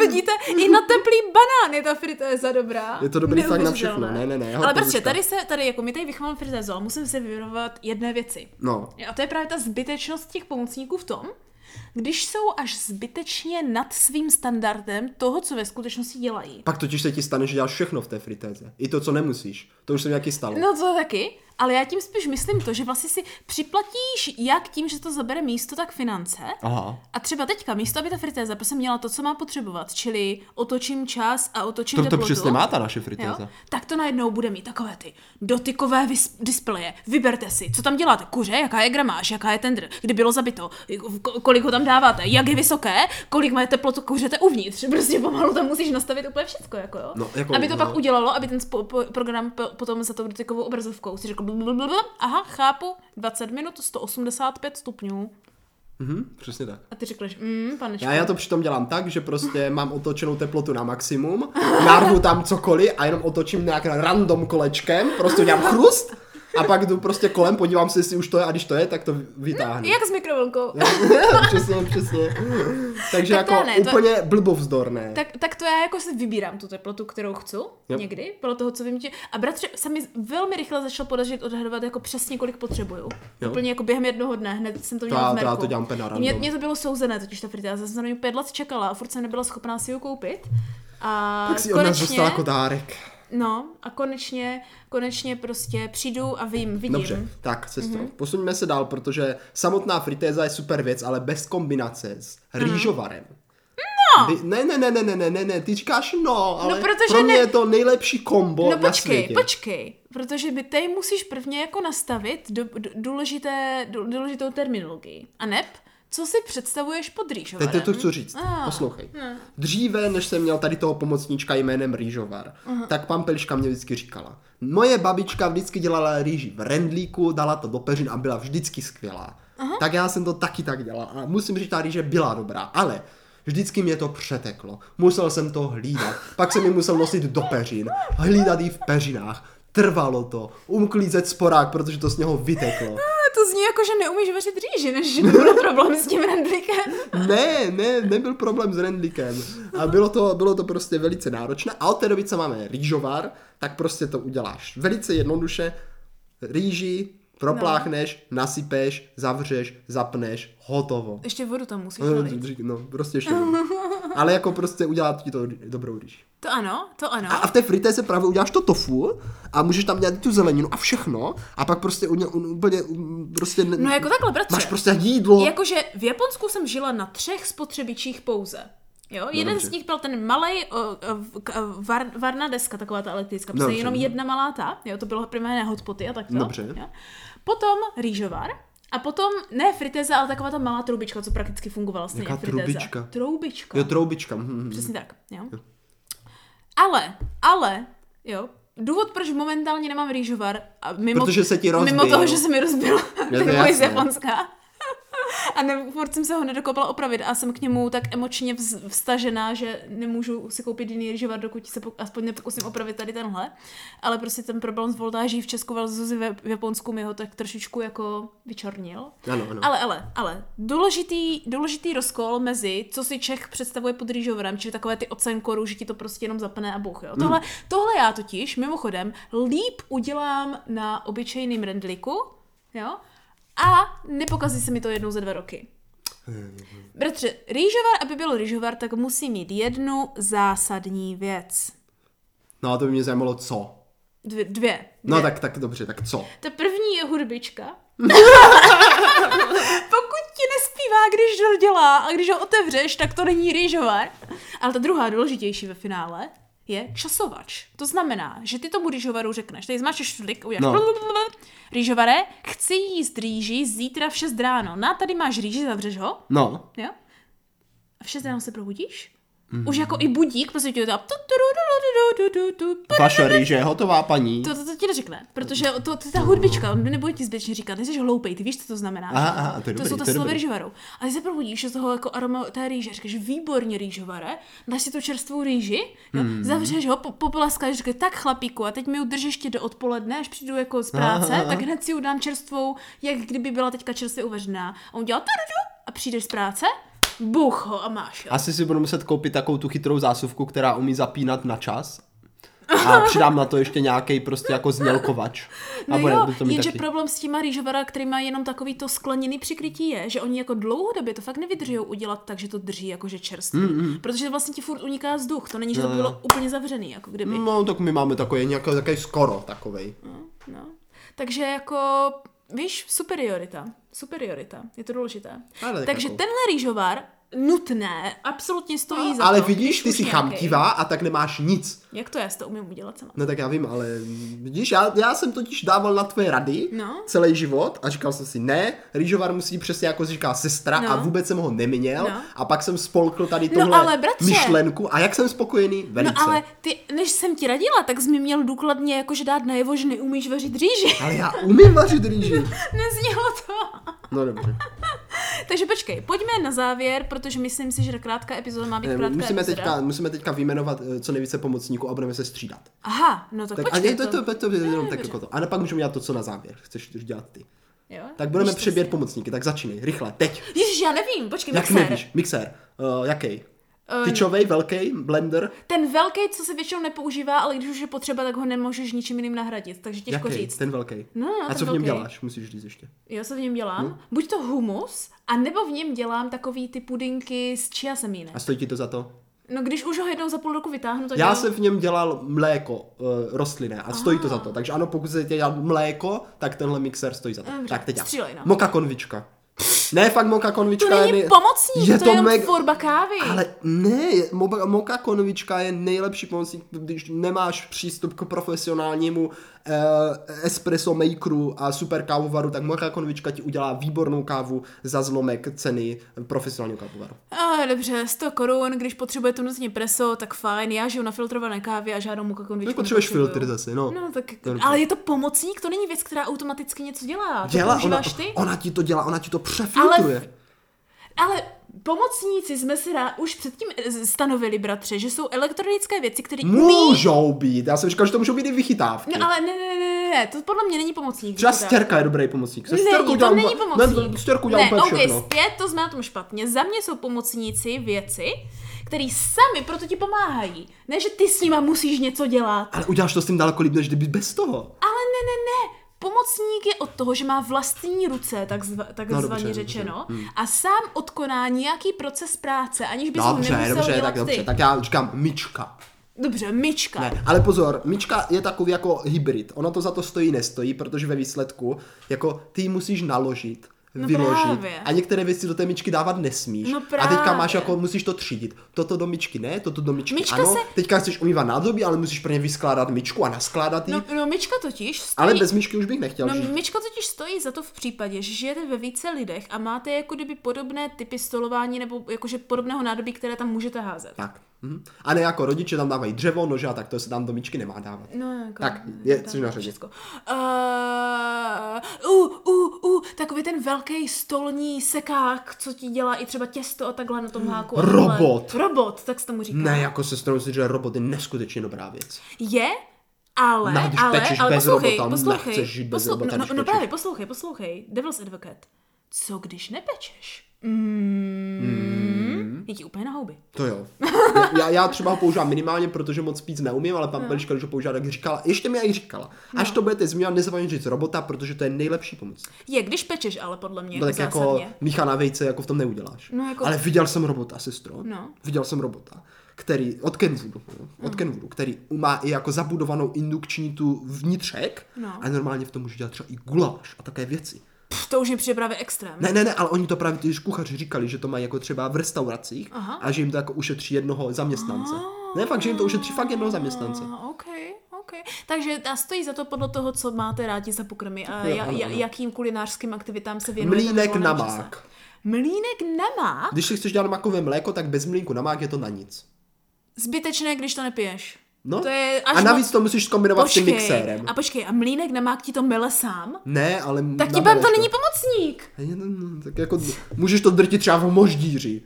Speaker 2: Vidíte, i na teplý banán je ta fritéza dobrá.
Speaker 1: Je to dobrý fakt na všechno.
Speaker 2: Neuvěřitelné.
Speaker 1: Ne, ne, ne.
Speaker 2: Ale
Speaker 1: hotovička.
Speaker 2: prostě tady se, tady jako my tady vychovám fritézu, ale musím se věnovat jedné věci.
Speaker 1: No.
Speaker 2: A to je právě ta zbytečnost těch pomocníků v tom, když jsou až zbytečně nad svým standardem toho, co ve skutečnosti dělají.
Speaker 1: Pak totiž se ti stane, že děláš všechno v té fritéze. I to, co nemusíš. To už se mi jaký stalo.
Speaker 2: No to taky, ale já tím spíš myslím to, že vlastně si připlatíš jak tím, že to zabere místo, tak finance.
Speaker 1: Aha.
Speaker 2: A třeba teďka, místo aby ta fritéza prostě měla to, co má potřebovat, čili otočím čas a otočím
Speaker 1: To, to
Speaker 2: teplotu,
Speaker 1: přesně má ta naše fritéza.
Speaker 2: jo, tak to najednou bude mít takové ty dotykové vis- displeje. Vyberte si, co tam děláte, kuře, jaká je gramáž, jaká je tender, kdy bylo zabito, ko- kolik ho tam dáváte, jak je vysoké, kolik má teplotu kuřete uvnitř. Prostě pomalu tam musíš nastavit úplně všechno, jako jo.
Speaker 1: No, jako,
Speaker 2: aby to
Speaker 1: no.
Speaker 2: pak udělalo, aby ten spo- po- program po- potom za tou dotykovou obrazovkou si řekl, blablabla, aha, chápu, 20 minut, 185 stupňů.
Speaker 1: Mhm, přesně tak.
Speaker 2: A ty řekneš, mm, panečku.
Speaker 1: Já, já to přitom dělám tak, že prostě mám otočenou teplotu na maximum, narvu tam cokoliv a jenom otočím nějak random kolečkem, prostě dělám chrust a pak jdu prostě kolem, podívám se, jestli už to je a když to je, tak to vytáhnu.
Speaker 2: Jak s mikrovlnkou?
Speaker 1: přesně, přesně. Takže
Speaker 2: Tak to
Speaker 1: jako
Speaker 2: ne, to-
Speaker 1: úplně blbovzdorné.
Speaker 2: Tak, tak to já jako si vybírám tu teplotu, kterou chci
Speaker 1: Jo.
Speaker 2: yep. někdy, podle toho, co vím. Že... A bratře, se mi velmi rychle začalo podařit odhadovat jako přesně, kolik potřebuju.
Speaker 1: Jo.
Speaker 2: Jo. Úplně jako během jednoho dne, hned jsem to
Speaker 1: To
Speaker 2: měla
Speaker 1: já-
Speaker 2: v
Speaker 1: to já
Speaker 2: merku.
Speaker 1: to dělám úplně na random.
Speaker 2: mě, mě, to bylo souzené, totiž ta fritáza, jsem na ní pět let čekala a furt jsem nebyla schopná si ji koupit. A
Speaker 1: Tak si od nás
Speaker 2: konečně,
Speaker 1: dostala jako dárek.
Speaker 2: no, a konečně, konečně prostě přijdu a vím, vidím. Mhm.
Speaker 1: Dobře, tak sestro, mm-hmm. posuňme se dál, protože samotná fritéza je super věc, ale bez kombinace s
Speaker 2: Mhm.
Speaker 1: rýžovarem. No! Ne, ne, ne, ne, ne, ne, ne, ne, ty říkáš no, ale
Speaker 2: protože
Speaker 1: pro mě
Speaker 2: ne-
Speaker 1: je to nejlepší kombo
Speaker 2: No
Speaker 1: na
Speaker 2: počkej,
Speaker 1: světě.
Speaker 2: počkej, protože by tady musíš prvně jako nastavit do, do, důležité, do, důležitou terminologii. A neb, Co si představuješ pod rýžovarem?
Speaker 1: Teď to, to chci říct.
Speaker 2: Ah.
Speaker 1: Poslouchej.
Speaker 2: Ne.
Speaker 1: Dříve, než jsem měl tady toho pomocníčka jménem Rýžovar, tak pampeliška mě vždycky říkala. Moje babička vždycky dělala rýži v rendlíku, dala to do peřin a byla vždycky skvělá. Tak já jsem to taky tak dělal a musím říct, ta rýže byla dobrá, ale vždycky mě to přeteklo. Musel jsem to hlídat, pak jsem ji musel nosit do peřin, hlídat ji v peřinách, trvalo to, umklízet sporák, protože to z něho vyteklo.
Speaker 2: Ale to zní jako, že neumíš vařit rýži, než že to byl problém s tím rendlíkem.
Speaker 1: Ne, ne, nebyl problém s rendlíkem. A bylo to, bylo to prostě velice náročné. A od té doby, co máme rýžovar, tak prostě to uděláš. Velice jednoduše. Rýži propláchneš,
Speaker 2: No.
Speaker 1: nasypeš, zavřeš, zapneš, hotovo.
Speaker 2: Ještě vodu tam musíš
Speaker 1: No,
Speaker 2: nalít.
Speaker 1: no prostě ještě. jednou. Ale jako prostě udělat ti to dobrou rýži.
Speaker 2: To ano, to ano.
Speaker 1: A, a v té fritéze právě uděláš to tofu a můžeš tam dělat tu zeleninu a všechno a pak prostě uně- un- úplně um, prostě... ne-
Speaker 2: No jako takhle, bratře.
Speaker 1: Máš prostě jídlo.
Speaker 2: Jakože v Japonsku jsem žila na třech spotřebičích pouze. Jo, jeden
Speaker 1: No, dobře.
Speaker 2: z nich byl ten malý e, var, varna deska, taková ta elektrická, protože
Speaker 1: Dobře,
Speaker 2: jenom
Speaker 1: no.
Speaker 2: jedna malá ta, jo, to bylo primárně hotpoty a takto.
Speaker 1: Dobře.
Speaker 2: Jo. Potom rýžovar a potom, ne fritéza, ale taková ta malá troubička, co prakticky fungovala stejně
Speaker 1: Jaká
Speaker 2: jak fritéza.
Speaker 1: trubička?
Speaker 2: Troubička.
Speaker 1: Jo, troubička. mhm, mhm.
Speaker 2: Přesně tak, jo. Ale, ale, jo, důvod, proč momentálně nemám rýžovar, a mimo,
Speaker 1: Protože se ti
Speaker 2: mimo
Speaker 1: rozbil.
Speaker 2: toho, že se mi rozbil
Speaker 1: Je
Speaker 2: ten
Speaker 1: to
Speaker 2: můj z
Speaker 1: jasné.
Speaker 2: Japonska. A ne, furt jsem se ho nedokopala opravit a jsem k němu tak emočně vz, vstažená, že nemůžu si koupit jiný rýžovar, dokud se pok- aspoň nepokusím opravit tady tenhle. Ale prostě ten problém s voltáží v Česku versus ve- v Japonsku mi ho tak trošičku jako vyčornil.
Speaker 1: Ano, ano.
Speaker 2: Ale, ale, ale, důležitý, důležitý rozkol mezi, co si Čech představuje pod rýžovarem, čili takové ty ocenkoru, že ti to prostě jenom zapne a bůh, jo. Tohle, tohle já totiž, mimochodem, líp udělám na obyčejným rendliku, jo, a nepokazí se mi to jednou za dva roky. Bratře, rýžovar, aby byl rýžovar, tak musí mít jednu zásadní věc.
Speaker 1: No a to by mě zajímalo, co.
Speaker 2: Dvě. dvě.
Speaker 1: No tak, tak dobře, tak co?
Speaker 2: Ta první je hudbička. Pokud ti nespívá, když to dělá a když ho otevřeš, tak to není rýžovar. Ale ta druhá důležitější ve finále je časovač. To znamená, že ty tomu rýžovaru řekneš, tady zmáčeš flik, uděláš
Speaker 1: No.
Speaker 2: no. rýžovare, chci jíst rýži zítra v 6 ráno. Na, tady máš rýži, zavřeš ho,
Speaker 1: No.
Speaker 2: jo? A v 6 ráno se probudíš? Už jako i budík, prostě ti to tam... tu, tu, tu, tu, tu, tu, tu, tu,
Speaker 1: Vaše rýže, hotová paní.
Speaker 2: to, to, to ti neřekne, protože to, to, ta hudbička, on nebude ti zbytečně říkat, nejsi hloupej, ty víš, co to znamená.
Speaker 1: Aha, aha, to je
Speaker 2: to
Speaker 1: dobrý,
Speaker 2: jsou ta
Speaker 1: to je
Speaker 2: slova
Speaker 1: dobrý.
Speaker 2: rýžovarů. A ty se probudíš že z toho jako aroma té rýže, říkáš, výborně rýžovare, dáš si tu čerstvou rýži, jo,
Speaker 1: Hmm.
Speaker 2: zavřeš ho, po, popolaskáš, říkáš, tak chlapíku, a teď mi ji držíš tě do odpoledne, až přijdu jako z práce,
Speaker 1: Aha.
Speaker 2: tak hned si ji dám čerstvou, jak kdyby byla teďka čerstvě uvařená. A on dělá tudu a přijdeš z práce, buch ho a máš. Jo.
Speaker 1: Asi si budu muset koupit takovou tu chytrou zásuvku, která umí zapínat na čas. A přidám na to ještě nějaký prostě jako znělkovač.
Speaker 2: No
Speaker 1: Nebo
Speaker 2: jo,
Speaker 1: ne, to mi
Speaker 2: jenže
Speaker 1: taky.
Speaker 2: problém s těma rýžovara, který má jenom takový to skleněný přikrytí je, že oni jako dlouhodobě to fakt nevydrží udělat tak, že to drží jakože čerstvý.
Speaker 1: Mm,
Speaker 2: Mm-hmm. Protože vlastně ti furt uniká vzduch, to není, že to
Speaker 1: No,
Speaker 2: bylo
Speaker 1: no.
Speaker 2: úplně zavřený, jako kdyby.
Speaker 1: No, tak my máme takový nějaký takový skoro takovej.
Speaker 2: No. Takže jako, víš, superiorita. Superiorita, je to důležité.
Speaker 1: Ale tak
Speaker 2: Takže
Speaker 1: jako-
Speaker 2: tenhle rýžovar nutné, absolutně stojí za
Speaker 1: Ale
Speaker 2: to.
Speaker 1: vidíš,
Speaker 2: když
Speaker 1: ty
Speaker 2: už
Speaker 1: jsi
Speaker 2: nějakej.
Speaker 1: chamtivá a tak nemáš nic.
Speaker 2: Jak to já si to umím udělat sama?
Speaker 1: No tak já vím, ale vidíš, já, já jsem totiž dával na tvoje rady
Speaker 2: No.
Speaker 1: celý život a říkal jsem si, ne, rýžovar musí přesně jako si říká sestra
Speaker 2: No.
Speaker 1: a vůbec jsem ho neměl
Speaker 2: No.
Speaker 1: a pak jsem spolkl tady tuhle
Speaker 2: ale bratře.
Speaker 1: myšlenku a jak jsem spokojený, velice.
Speaker 2: No ale ty, než jsem ti radila, tak jsi mi měl důkladně jakože dát najevo, že neumíš vařit rýži.
Speaker 1: ale já umím vařit rýži.
Speaker 2: Neznělo to.
Speaker 1: No dobře.
Speaker 2: Takže počkej, pojďme na závěr, protože myslím si, že ta krátká epizoda má být
Speaker 1: Eh,
Speaker 2: krátká
Speaker 1: Musíme
Speaker 2: epizoda.
Speaker 1: teďka, musíme teďka vyjmenovat eh, co nejvíce pomocníků a budeme se střídat.
Speaker 2: Aha, no tak,
Speaker 1: Tak, a
Speaker 2: počkej.
Speaker 1: je to, to, to, to, to jenom tak
Speaker 2: dobře.
Speaker 1: jako to. A pak můžeme dělat to, co na závěr. Chceš dělat ty.
Speaker 2: Jo?
Speaker 1: Tak budeme
Speaker 2: Víš, to
Speaker 1: přebírat
Speaker 2: si-
Speaker 1: pomocníky, tak začínej, rychle, teď.
Speaker 2: Ježiš, já nevím, počkej,
Speaker 1: Jak
Speaker 2: mixér.
Speaker 1: nevíš? Mixér. Uh, jaký?
Speaker 2: Eh,
Speaker 1: Tyčovej, velký, blender.
Speaker 2: Ten velký, co se většinou nepoužívá, ale když už je potřeba, tak ho nemůžeš ničím jiným nahradit, takže těžko
Speaker 1: Jaký?
Speaker 2: říct.
Speaker 1: Ten velký.
Speaker 2: No, no,
Speaker 1: A
Speaker 2: ten
Speaker 1: co v něm
Speaker 2: velkej.
Speaker 1: děláš? No. Musíš říct ještě.
Speaker 2: Jo, co v něm dělám? Buď to humus, a nebo v něm dělám takový ty pudinky s chia semínek.
Speaker 1: A stojí ti to za to?
Speaker 2: No když už ho jednou za půl roku vytáhnu, tak
Speaker 1: Já
Speaker 2: jo.
Speaker 1: jsem v něm dělal mléko uh, rostlinné a stojí to za
Speaker 2: Ah.
Speaker 1: to. Takže ano, pokud se tě dělat mléko, tak tenhle mixer stojí za to.
Speaker 2: Dobře,
Speaker 1: tak teď já.
Speaker 2: střílej, no.
Speaker 1: Moka konvička. Ne, fakt moka konvička.
Speaker 2: To není
Speaker 1: nej-
Speaker 2: pomocník, je to, je jenom
Speaker 1: meg-
Speaker 2: tvorba kávy.
Speaker 1: Ale ne, moka, moka konvička je nejlepší pomocník, když nemáš přístup k profesionálnímu eh, espresso makeru a super kávovaru, tak moje konvička ti udělá výbornou kávu za zlomek ceny profesionálního kávovaru.
Speaker 2: A dobře, 100 korun, když potřebuje tu nutně preso, tak fajn, já žiju na filtrované kávě a žádnou moka konvičku
Speaker 1: Nepotřebuješ filtr zase, no.
Speaker 2: No, tak,
Speaker 1: To je dobře.
Speaker 2: ale je to pomocník, to není věc, která automaticky něco dělá. To
Speaker 1: Dělá, ona,
Speaker 2: používáš ty?
Speaker 1: ona ti to dělá, ona ti to přefiltruje. Ale...
Speaker 2: Ale pomocníci jsme si rá, už předtím eh, stanovili, bratře, že jsou elektronické věci, které umí...
Speaker 1: Můžou být, já jsem říkal, že to můžou být i vychytávky.
Speaker 2: No ale ne, ne, ne, ne, ne, to podle mě není pomocník.
Speaker 1: Třeba
Speaker 2: dobrá.
Speaker 1: stěrka je dobrý pomocník. Se
Speaker 2: Není,
Speaker 1: stěrkou
Speaker 2: to
Speaker 1: dělám
Speaker 2: není
Speaker 1: úplně-
Speaker 2: pomocník.
Speaker 1: Ne, stěrku dělám úplně
Speaker 2: okay,
Speaker 1: všechno.
Speaker 2: zpět, to jsme na tom špatně. Za mě jsou pomocníci věci, které sami proto ti pomáhají. Ne, že ty s nima musíš něco dělat.
Speaker 1: Ale uděláš to s tím daleko líp, než kdyby bez toho.
Speaker 2: Ale ne, ne, ne. Pomocník je od toho, že má vlastní ruce, takzva, takzvaně
Speaker 1: No, dobře, Hmm. dobře.
Speaker 2: řečeno, a sám odkoná nějaký proces práce, aniž bys ho
Speaker 1: Dobře,
Speaker 2: nemusel
Speaker 1: dobře,
Speaker 2: dělat
Speaker 1: tak
Speaker 2: ty.
Speaker 1: dobře, tak já říkám myčka.
Speaker 2: Dobře, myčka.
Speaker 1: Ne, ale pozor, myčka je takový jako hybrid. Ono to za to stojí, nestojí, protože ve výsledku jako ty ji musíš naložit,
Speaker 2: No
Speaker 1: vyložit.
Speaker 2: právě.
Speaker 1: A některé věci do té myčky dávat nesmíš.
Speaker 2: No
Speaker 1: a teďka máš
Speaker 2: právě.
Speaker 1: jako musíš to třídit. Toto do myčky ne, toto do myčky
Speaker 2: Myčka
Speaker 1: ano.
Speaker 2: se-
Speaker 1: Teďka chceš umývat nádobí, ale musíš pro ně vyskládat myčku a naskládat ji.
Speaker 2: No, no myčka totiž stojí...
Speaker 1: ale bez myčky už bych nechtěl
Speaker 2: No,
Speaker 1: žít.
Speaker 2: myčka totiž stojí za to v případě, že žijete ve více lidech a máte jako kdyby podobné typy stolování nebo jakože podobného nádobí, které tam můžete házet.
Speaker 1: Tak. Mhm. A ne jako rodiče tam dávají dřevo, nože a tak to se tam do myčky nemá dávat.
Speaker 2: No, jako,
Speaker 1: Tak, je-
Speaker 2: tak,
Speaker 1: jsi na řadě.
Speaker 2: Všechno. Uh, uh, uh, uh, takový ten velký stolní sekák, co ti dělá i třeba těsto a takhle na tom háku. a takhle.
Speaker 1: Robot.
Speaker 2: Robot, tak se tomu říká.
Speaker 1: Ne, jako se stranu si, že robot je neskutečně dobrá věc.
Speaker 2: Je, ale,
Speaker 1: Ne, No, když
Speaker 2: ale,
Speaker 1: pečeš
Speaker 2: ale
Speaker 1: bez
Speaker 2: poslouchej,
Speaker 1: robota,
Speaker 2: poslouchej,
Speaker 1: nechceš žít bez robota,
Speaker 2: no,
Speaker 1: když
Speaker 2: no, no
Speaker 1: pečeš.
Speaker 2: právě, poslouchej, poslouchej, Devil's Advocate. Co když nepečeš?
Speaker 1: Hmm.
Speaker 2: Mm, Je ti úplně na houby.
Speaker 1: To jo. Já, já třeba ho používám minimálně, protože moc pít neumím, ale pan Peliška, když ho používá, tak říkala, ještě mi i říkala. Až to budete zmiňovat, nezapomeňte říct robota, protože to je nejlepší pomoc.
Speaker 2: Je, když pečeš, ale podle mě
Speaker 1: To tak
Speaker 2: jako
Speaker 1: jako
Speaker 2: zásadně.
Speaker 1: mícha na vejce, jako v tom neuděláš.
Speaker 2: No, jako-
Speaker 1: Ale viděl jsem robota, sestro.
Speaker 2: No. Mhm.
Speaker 1: Viděl jsem robota, který od Kenwoodu, no, od Kenwoodu, který má i jako zabudovanou indukční tu vnitřek
Speaker 2: No.
Speaker 1: a normálně v tom může dělat třeba i guláš a také věci.
Speaker 2: Pff, to už mi přijde právě extrém.
Speaker 1: Ne, ne, ne, ale oni to právě ty kuchaři říkali, že to mají jako třeba v restauracích
Speaker 2: Aha.
Speaker 1: a že jim to jako ušetří jednoho zaměstnance. Ne, fakt, že jim to ušetří fakt jednoho zaměstnance.
Speaker 2: Ah, OK, OK. Takže ta stojí za to podle toho, co máte rádi za pokrmy a
Speaker 1: Jo,
Speaker 2: ja,
Speaker 1: ano,
Speaker 2: ja,
Speaker 1: ano.
Speaker 2: jakým kulinářským aktivitám se věnujete. ve
Speaker 1: Mlínek na
Speaker 2: volném čase.
Speaker 1: mák.
Speaker 2: Mlínek na mák?
Speaker 1: Když si chceš dělat makové mléko, tak bez mlínku na mák je to na nic.
Speaker 2: Zbytečné, když to nepiješ.
Speaker 1: No.
Speaker 2: To je až
Speaker 1: a navíc
Speaker 2: moc...
Speaker 1: to musíš zkombinovat s tím mixérem.
Speaker 2: a počkej, a mlínek na mák ti to mele sám?
Speaker 1: Ne, ale...
Speaker 2: Tak ti
Speaker 1: nameleš
Speaker 2: to není pomocník.
Speaker 1: Ne, ne, ne, Tak jako můžeš to drtit třeba v moždíři.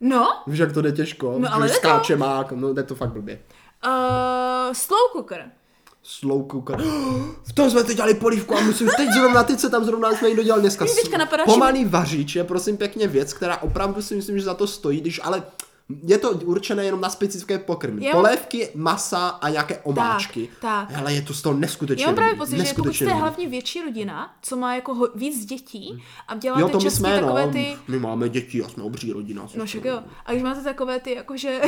Speaker 2: No,
Speaker 1: Víš, jak to jde těžko. No,
Speaker 2: ale
Speaker 1: ale
Speaker 2: jde to.
Speaker 1: skáče mák, no jde to fakt blbě.
Speaker 2: uh, slow cooker.
Speaker 1: Slow cooker. V tom jsme teď dělali polívku a musím teď zrovna, teď se tam zrovna jsme ji dodělali dneska.
Speaker 2: Mě teďka napadá, že-
Speaker 1: Pomalý vařič je prosím pěkně věc, která opravdu si myslím, že za to stojí, když ale je to určené jenom na specifické pokrmy.
Speaker 2: Jo.
Speaker 1: Polévky, masa a nějaké omáčky.
Speaker 2: tak.
Speaker 1: Ale je to z toho neskutečně
Speaker 2: Já mám právě
Speaker 1: dobrý,
Speaker 2: pocit, že jako prostě pokud
Speaker 1: neskutečně
Speaker 2: jste
Speaker 1: dobrý.
Speaker 2: hlavně větší rodina, co má jako ho, víc dětí a děláte
Speaker 1: Jo, to my
Speaker 2: často
Speaker 1: jsme,
Speaker 2: takové
Speaker 1: no.
Speaker 2: ty...
Speaker 1: My máme děti a jsme obří rodina.
Speaker 2: No však jo. A když máte takové ty, jakože,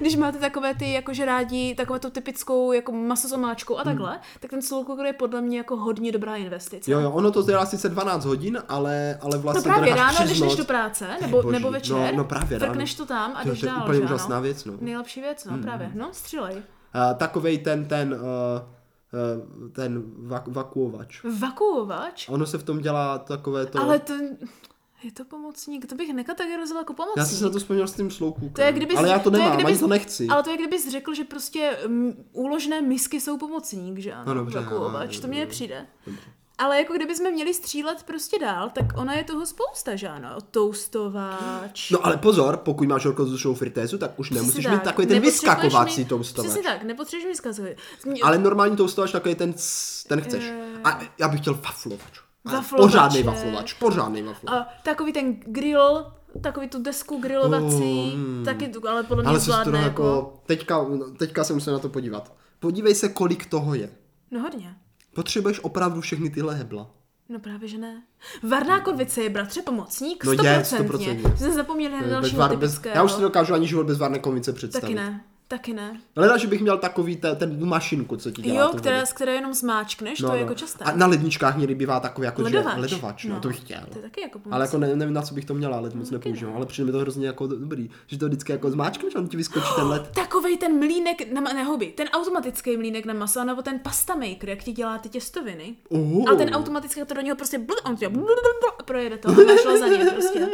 Speaker 2: když máte takové ty, jakože rádi, takovou tu typickou, jako maso s
Speaker 1: Hmm.
Speaker 2: omáčkou a takhle, tak ten slow cooker je podle mě jako hodně dobrá investice.
Speaker 1: Jo, jo, ono to dělá sice 12 hodin, ale, ale
Speaker 2: To
Speaker 1: vlastně
Speaker 2: No právě
Speaker 1: necháš
Speaker 2: ráno,
Speaker 1: přes
Speaker 2: když jdeš
Speaker 1: noc.
Speaker 2: do práce, nebo,
Speaker 1: boží.
Speaker 2: nebo večer,
Speaker 1: No, no právě ráno.
Speaker 2: frkneš to tam a
Speaker 1: To je-
Speaker 2: jdeš
Speaker 1: to je
Speaker 2: dál,
Speaker 1: úplně
Speaker 2: že
Speaker 1: úžasná
Speaker 2: ano?
Speaker 1: věc, no.
Speaker 2: Nejlepší věc, no, právě. No, střílej.
Speaker 1: A takovej ten, ten, uh, uh, ten vak, vakuovač.
Speaker 2: Vakuovač?
Speaker 1: Ono se v tom dělá takové to...
Speaker 2: Ale to... Je to pomocník, to bych nekategorizoval jako pomocník.
Speaker 1: Já jsem se na to vzpomněl s tím slouku.
Speaker 2: To je, kdyby
Speaker 1: Ale já to nemám,
Speaker 2: je, kdyby
Speaker 1: ani to nechci.
Speaker 2: Ale to je, kdybys řekl, že prostě um, úložné misky jsou pomocník, že
Speaker 1: No
Speaker 2: ano?
Speaker 1: dobře,
Speaker 2: Zakulovač,
Speaker 1: ano,
Speaker 2: to mně nepřijde. Ale jako kdyby jsme měli střílet prostě dál, tak ona je toho spousta, že ano? Toustováč.
Speaker 1: No ale pozor, pokud máš horkozdušnou fritézu, tak už
Speaker 2: Přesně
Speaker 1: nemusíš
Speaker 2: tak.
Speaker 1: mít takový ten
Speaker 2: Nepotřebuješ
Speaker 1: vyskakovací
Speaker 2: mít-
Speaker 1: toustovač.
Speaker 2: Přesně tak, nepotřebuješ vyskakovat.
Speaker 1: Ale normální toustovač takový ten, c- ten chceš.
Speaker 2: Eh.
Speaker 1: A já bych chtěl vaflovač. Ale
Speaker 2: Vaflovače.
Speaker 1: Pořádnej vaflovač, pořádnej vaflovač.
Speaker 2: A takový ten grill, takový tu desku grilovací,
Speaker 1: Oh, mm.
Speaker 2: taky tu, ale podle mě
Speaker 1: Ale se
Speaker 2: zvládne
Speaker 1: jako...
Speaker 2: jako...
Speaker 1: jako... Teďka, teďka se musím na to podívat. Podívej se, kolik toho je.
Speaker 2: No hodně.
Speaker 1: Potřebuješ opravdu všechny tyhle hebla.
Speaker 2: No právě, že ne. Varná konvice je bratře pomocník?
Speaker 1: No je,
Speaker 2: stoprocentně.
Speaker 1: stoprocentně.
Speaker 2: Jsme zapomněli na
Speaker 1: Bez
Speaker 2: dalšího
Speaker 1: var, bez,
Speaker 2: typického.
Speaker 1: já už si nedokážu ani život bez varné konvice představit.
Speaker 2: Taky ne. Taky ne.
Speaker 1: Hleda, že bych měl takový te, ten, tu mašinku, co ti dělá
Speaker 2: jo,
Speaker 1: tu
Speaker 2: které,
Speaker 1: vodu.
Speaker 2: z které jenom zmáčkneš, no, to je jako časté.
Speaker 1: A na ledničkách někdy bývá takový jako
Speaker 2: Ledovač.
Speaker 1: Že, ledovač no, to bych chtěl.
Speaker 2: To je taky jako pomoc.
Speaker 1: Ale jako ne, nevím, na co bych to měla, led moc nepoužívám, ale přijde mi to hrozně jako dobrý, že to vždycky jako zmáčkneš a on ti vyskočí ten led.
Speaker 2: Takovej ten mlínek na ma- ne, hobby, ten automatický mlínek na maso, nebo ten pasta maker, jak ti dělá ty těstoviny.
Speaker 1: Uhu.
Speaker 2: A ten automatický to do něho prostě blb, on tě blb, blb, blb, a projede to a nešlo za ním prostě.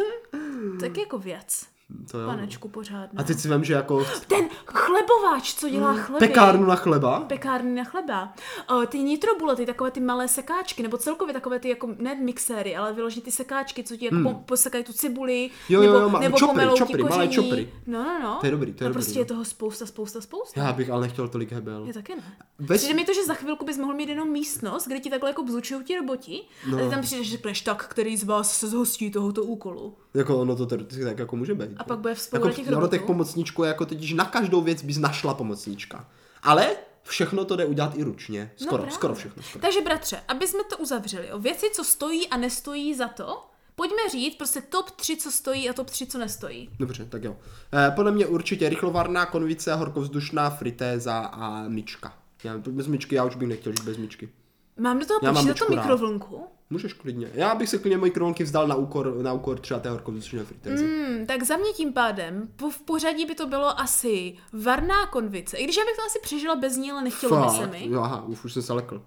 Speaker 2: Tak jako věc.
Speaker 1: To jo.
Speaker 2: Panečku pořádnou.
Speaker 1: No. A Hmm, teď si vím, že jako
Speaker 2: Ten chlebováč, co dělá chleby.
Speaker 1: pekárnu na chleba.
Speaker 2: pekárny na chleba. O, ty nitrobulety, takové ty malé sekáčky, nebo celkově takové ty jako, ne mixéry, ale vyloženě ty sekáčky, co ti jako hmm. posekají tu cibuli,
Speaker 1: Jo, jo,
Speaker 2: nebo,
Speaker 1: jo, má-
Speaker 2: nebo
Speaker 1: čopry,
Speaker 2: pomelou ti
Speaker 1: čopry, malé
Speaker 2: koření.
Speaker 1: čopry.
Speaker 2: No, no, no.
Speaker 1: To je dobrý, to je
Speaker 2: no,
Speaker 1: dobrý,
Speaker 2: prostě
Speaker 1: no.
Speaker 2: je toho spousta, spousta, spousta.
Speaker 1: Já bych ale nechtěl tolik hebel.
Speaker 2: Já taky ne.
Speaker 1: Ve-
Speaker 2: Přijde mi to, že za chvilku bys mohl mít jenom místnost, kde ti takhle jako bzučují ti roboti, no. a ty tam přijdeš a řekneš, tak, který z vás se zhostí tohoto úkolu.
Speaker 1: Jako ono to teoreticky tak jako může být.
Speaker 2: A pak bude vzpoura
Speaker 1: jako,
Speaker 2: těch
Speaker 1: Ono těch
Speaker 2: robotů.
Speaker 1: pomocníčků je jako totiž na každou věc bys našla pomocníčka. Ale všechno to jde udělat i ručně. Skoro,
Speaker 2: No právě.
Speaker 1: skoro všechno. Skoro.
Speaker 2: Takže bratře, aby jsme to uzavřeli, o věci, co stojí a nestojí za to, pojďme říct prostě top 3, co stojí a top 3, co nestojí.
Speaker 1: Dobře, tak jo. Eh, podle mě určitě rychlovarná konvice, horkovzdušná fritéza a myčka. Já, bez myčky já už bych nechtěl žít bez myčky.
Speaker 2: Mám do toho
Speaker 1: Já mám
Speaker 2: počítat tu
Speaker 1: myčku rád.
Speaker 2: mikrovlnku?
Speaker 1: Můžeš klidně. Já bych se klidně mojí kronky vzdal na úkor, na úkor třeba té horkovzdušné fritézy. Mm.
Speaker 2: Hmm, tak za mě tím pádem, po, v pořadí by to bylo asi varná konvice, i když já bych to asi přežila bez ní, ale nechtělo by se mi.
Speaker 1: Jo, aha, už, už jsem se lekl.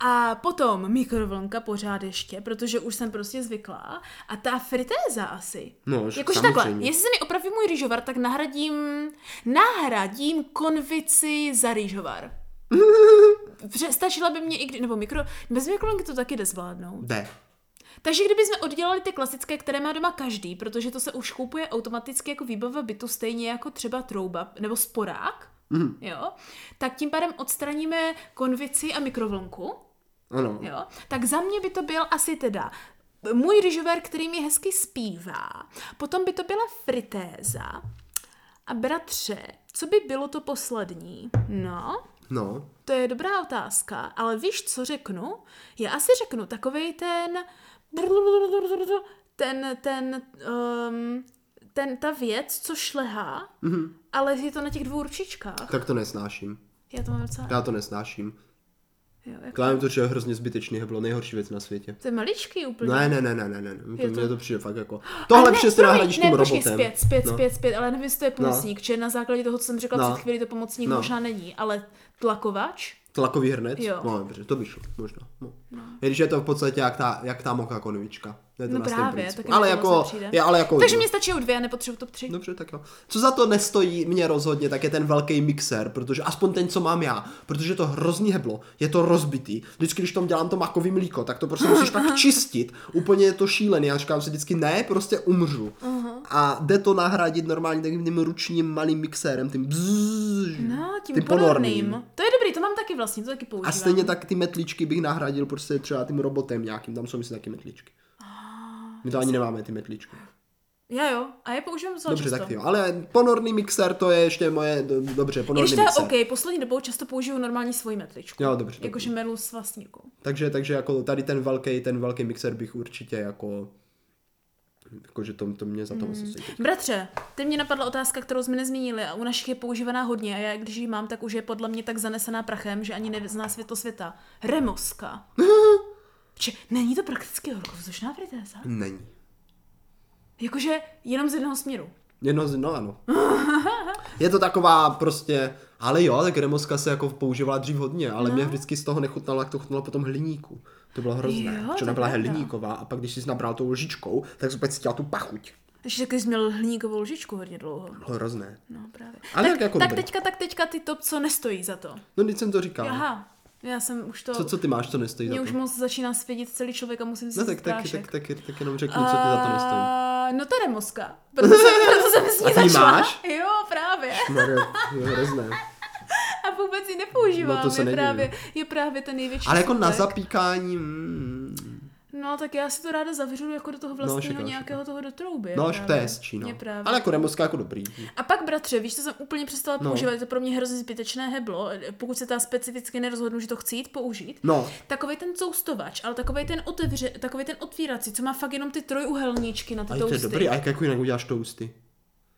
Speaker 2: A potom mikrovlnka pořád ještě, protože už jsem prostě zvyklá. A ta fritéza asi.
Speaker 1: No, že-
Speaker 2: Jakože
Speaker 1: samozřejmě.
Speaker 2: takhle, jestli se mi opraví můj rýžovar, tak nahradím, nahradím konvici za rýžovar. Pře- Stačila by mě i kdy, nebo mikro, bez mikrovlnky to taky jde zvládnout.
Speaker 1: Jde.
Speaker 2: Takže kdyby jsme oddělali ty klasické, které má doma každý, protože to se už koupuje automaticky jako výbava bytu, stejně jako třeba trouba nebo sporák,
Speaker 1: Mhm.
Speaker 2: mm. jo, tak tím pádem odstraníme konvici a mikrovlnku.
Speaker 1: Ano.
Speaker 2: Jo? Tak za mě by to byl asi teda můj ryžover, který mi hezky zpívá. Potom by to byla fritéza. A bratře, co by bylo to poslední? No,
Speaker 1: No.
Speaker 2: to je dobrá otázka, ale víš, co řeknu? Já asi řeknu takovej ten... Ten, ten, um, ten, ta věc, co šlehá, mm-hmm. ale je to na těch dvou ručičkách.
Speaker 1: Tak to nesnáším.
Speaker 2: Já to mám docela...
Speaker 1: Já to nesnáším.
Speaker 2: Jo, jako...
Speaker 1: Klávím to, že je hrozně zbytečný heblo, nejhorší věc na světě.
Speaker 2: To je maličký úplně.
Speaker 1: Ne, ne, ne, ne, ne, ne, ne.
Speaker 2: Je
Speaker 1: To,
Speaker 2: to-
Speaker 1: mně to přijde fakt jako.
Speaker 2: A
Speaker 1: Tohle
Speaker 2: ne,
Speaker 1: přesně
Speaker 2: promiň,
Speaker 1: nahradíš
Speaker 2: ne,
Speaker 1: tím
Speaker 2: počkej,
Speaker 1: robotem.
Speaker 2: zpět, zpět,
Speaker 1: No.
Speaker 2: zpět, zpět, ale nevím, jestli to je pomocník, no. že na základě toho, co jsem řekla
Speaker 1: No.
Speaker 2: před chvíli, to pomocník
Speaker 1: No.
Speaker 2: možná není, ale tlakovač?
Speaker 1: Tlakový hrnec?
Speaker 2: Jo.
Speaker 1: No, dobře, to by šlo, možná. No. I když je to v podstatě jak ta, jak ta moka konvička. Je to
Speaker 2: No
Speaker 1: na stejném
Speaker 2: právě,
Speaker 1: principu.
Speaker 2: taky mi
Speaker 1: ale
Speaker 2: to moc
Speaker 1: jako,
Speaker 2: nepřijde.
Speaker 1: je, ale jako
Speaker 2: Takže
Speaker 1: jedno.
Speaker 2: mě stačí dvě, já nepotřebuji top tři.
Speaker 1: Dobře, tak jo. Co za to nestojí mě rozhodně, tak je ten velký mixer, protože aspoň ten, co mám já, protože to hrozný heblo, je to rozbitý. Vždycky, když tam dělám to makový mlíko, tak to prostě musíš pak čistit. Úplně je to šílený, já říkám si vždycky, ne, prostě umřu.
Speaker 2: Uh-huh.
Speaker 1: A jde to nahradit normálně takovým tím ručním malým mixérem, tím bzzz,
Speaker 2: No, tím, ponorným. To je dobrý, to mám taky vlastně, to taky používám.
Speaker 1: A stejně tak ty metličky bych nahradil prostě třeba tím robotem nějakým, tam jsou myslím taky metličky.
Speaker 2: Ah,
Speaker 1: My to ani nemáme, ty metličky.
Speaker 2: Já jo, a já používám docela
Speaker 1: Dobře,
Speaker 2: často.
Speaker 1: tak jo. Ale ponorný mixer to je ještě moje, do- dobře,
Speaker 2: I Když
Speaker 1: ponorný
Speaker 2: to je
Speaker 1: mixer.
Speaker 2: OK, poslední dobou často použiju normální svoji metličku.
Speaker 1: Jo, dobře,
Speaker 2: Jakože vlastně,
Speaker 1: dobře.
Speaker 2: meru s vlastníkou.
Speaker 1: Takže, takže jako tady ten velký, ten velký mixer bych určitě jako, jakože to, to mě za
Speaker 2: Hmm.
Speaker 1: to musí sejít.
Speaker 2: Bratře, ty mě napadla otázka, kterou jsme nezmínili a u našich je používaná hodně a já, když ji mám, tak už je podle mě tak zanesená prachem, že ani nezná světlo světa. Remoska. Či, není to prakticky horkovzdušná fritéza?
Speaker 1: Není.
Speaker 2: Jakože jenom z jednoho směru.
Speaker 1: Jedno z, no ano. Je to taková prostě, ale jo, tak remoska se jako používala dřív hodně, ale no. mě vždycky z toho nechutnalo, jak to chutnalo po tom hliníku. To bylo hrozné,
Speaker 2: Jo,
Speaker 1: jo, protože
Speaker 2: to
Speaker 1: ona
Speaker 2: je
Speaker 1: byla
Speaker 2: pravda.
Speaker 1: hliníková a pak když jsi nabral tou lžičkou, tak jsi opět cítila tu pachuť.
Speaker 2: Ještě když jsi měl hliníkovou lžičku hodně dlouho.
Speaker 1: Bylo hrozné.
Speaker 2: No právě.
Speaker 1: Ale
Speaker 2: tak,
Speaker 1: tak jako
Speaker 2: tak
Speaker 1: dobrý.
Speaker 2: teďka, tak teďka ty top, co nestojí za to.
Speaker 1: No když jsem to říkal.
Speaker 2: Aha, já jsem už to...
Speaker 1: Co, co ty máš, co nestojí
Speaker 2: Mě
Speaker 1: za
Speaker 2: už
Speaker 1: to?
Speaker 2: moc začíná svědět celý člověk a musím si
Speaker 1: No tak,
Speaker 2: vzít
Speaker 1: tak,
Speaker 2: prášek.
Speaker 1: tak, tak, tak, jenom řekni, co ti za to nestojí.
Speaker 2: A, No to je remoska. Proto jsem, proto jsem s
Speaker 1: A
Speaker 2: ní
Speaker 1: ty ji
Speaker 2: začala.
Speaker 1: máš?
Speaker 2: Jo, právě.
Speaker 1: Mario, to je hrozné.
Speaker 2: A vůbec ji nepoužívám.
Speaker 1: No to se
Speaker 2: je,
Speaker 1: nedivím.
Speaker 2: právě, je právě ten největší
Speaker 1: Ale jako na
Speaker 2: smutek.
Speaker 1: zapíkání... Mm,
Speaker 2: No tak já si to ráda zavřu jako do toho
Speaker 1: No,
Speaker 2: vlastního
Speaker 1: šika, šika.
Speaker 2: nějakého toho do trouby.
Speaker 1: no,
Speaker 2: právě.
Speaker 1: špéstčí, no.
Speaker 2: Je právě.
Speaker 1: Ale jako remoska jako dobrý.
Speaker 2: A pak, bratře, víš, co jsem úplně přestala
Speaker 1: No.
Speaker 2: používat, je to pro mě hrozně zbytečné heblo, pokud se ta specificky nerozhodnu, že to chci jít použít.
Speaker 1: No,
Speaker 2: Takový ten coustovač, ale takový ten, otevře, takovej ten otvírací, co má fakt jenom ty trojuhelníčky na ty
Speaker 1: a je to
Speaker 2: tousty.
Speaker 1: dobrý, a jak jako jinak uděláš tousty?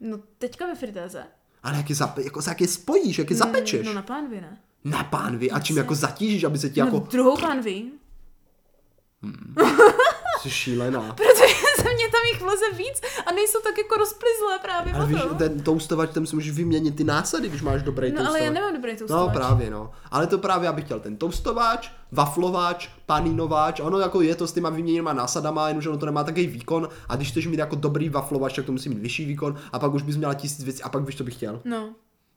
Speaker 2: No teďka ve fritéze.
Speaker 1: Ale jak je, zap, jako, jak je spojíš, jak je zapečeš?
Speaker 2: No na pánvi, ne?
Speaker 1: Na pánvi a čím jako zatížíš, aby se ti
Speaker 2: Jako...
Speaker 1: jako...
Speaker 2: No, druhou pánví. No.
Speaker 1: Jsi šílená.
Speaker 2: Protože ze mě tam jich vleze víc a nejsou tak jako rozplizlé právě
Speaker 1: Ale víš,
Speaker 2: potom.
Speaker 1: ten toustovač, tam si můžeš vyměnit ty násady, když máš dobrý
Speaker 2: No ale
Speaker 1: toustovač.
Speaker 2: já nemám dobrý toustovač.
Speaker 1: No právě no. Ale to právě já bych chtěl ten toastováč, waflováč, paninováč, ono jako je to s těma vyměněnýma násadama, jenomže ono to nemá takový výkon a když chceš mít jako dobrý waflováč, tak to musí mít vyšší výkon a pak už bys měla tisíc věcí a pak víš, co bych chtěl.
Speaker 2: No.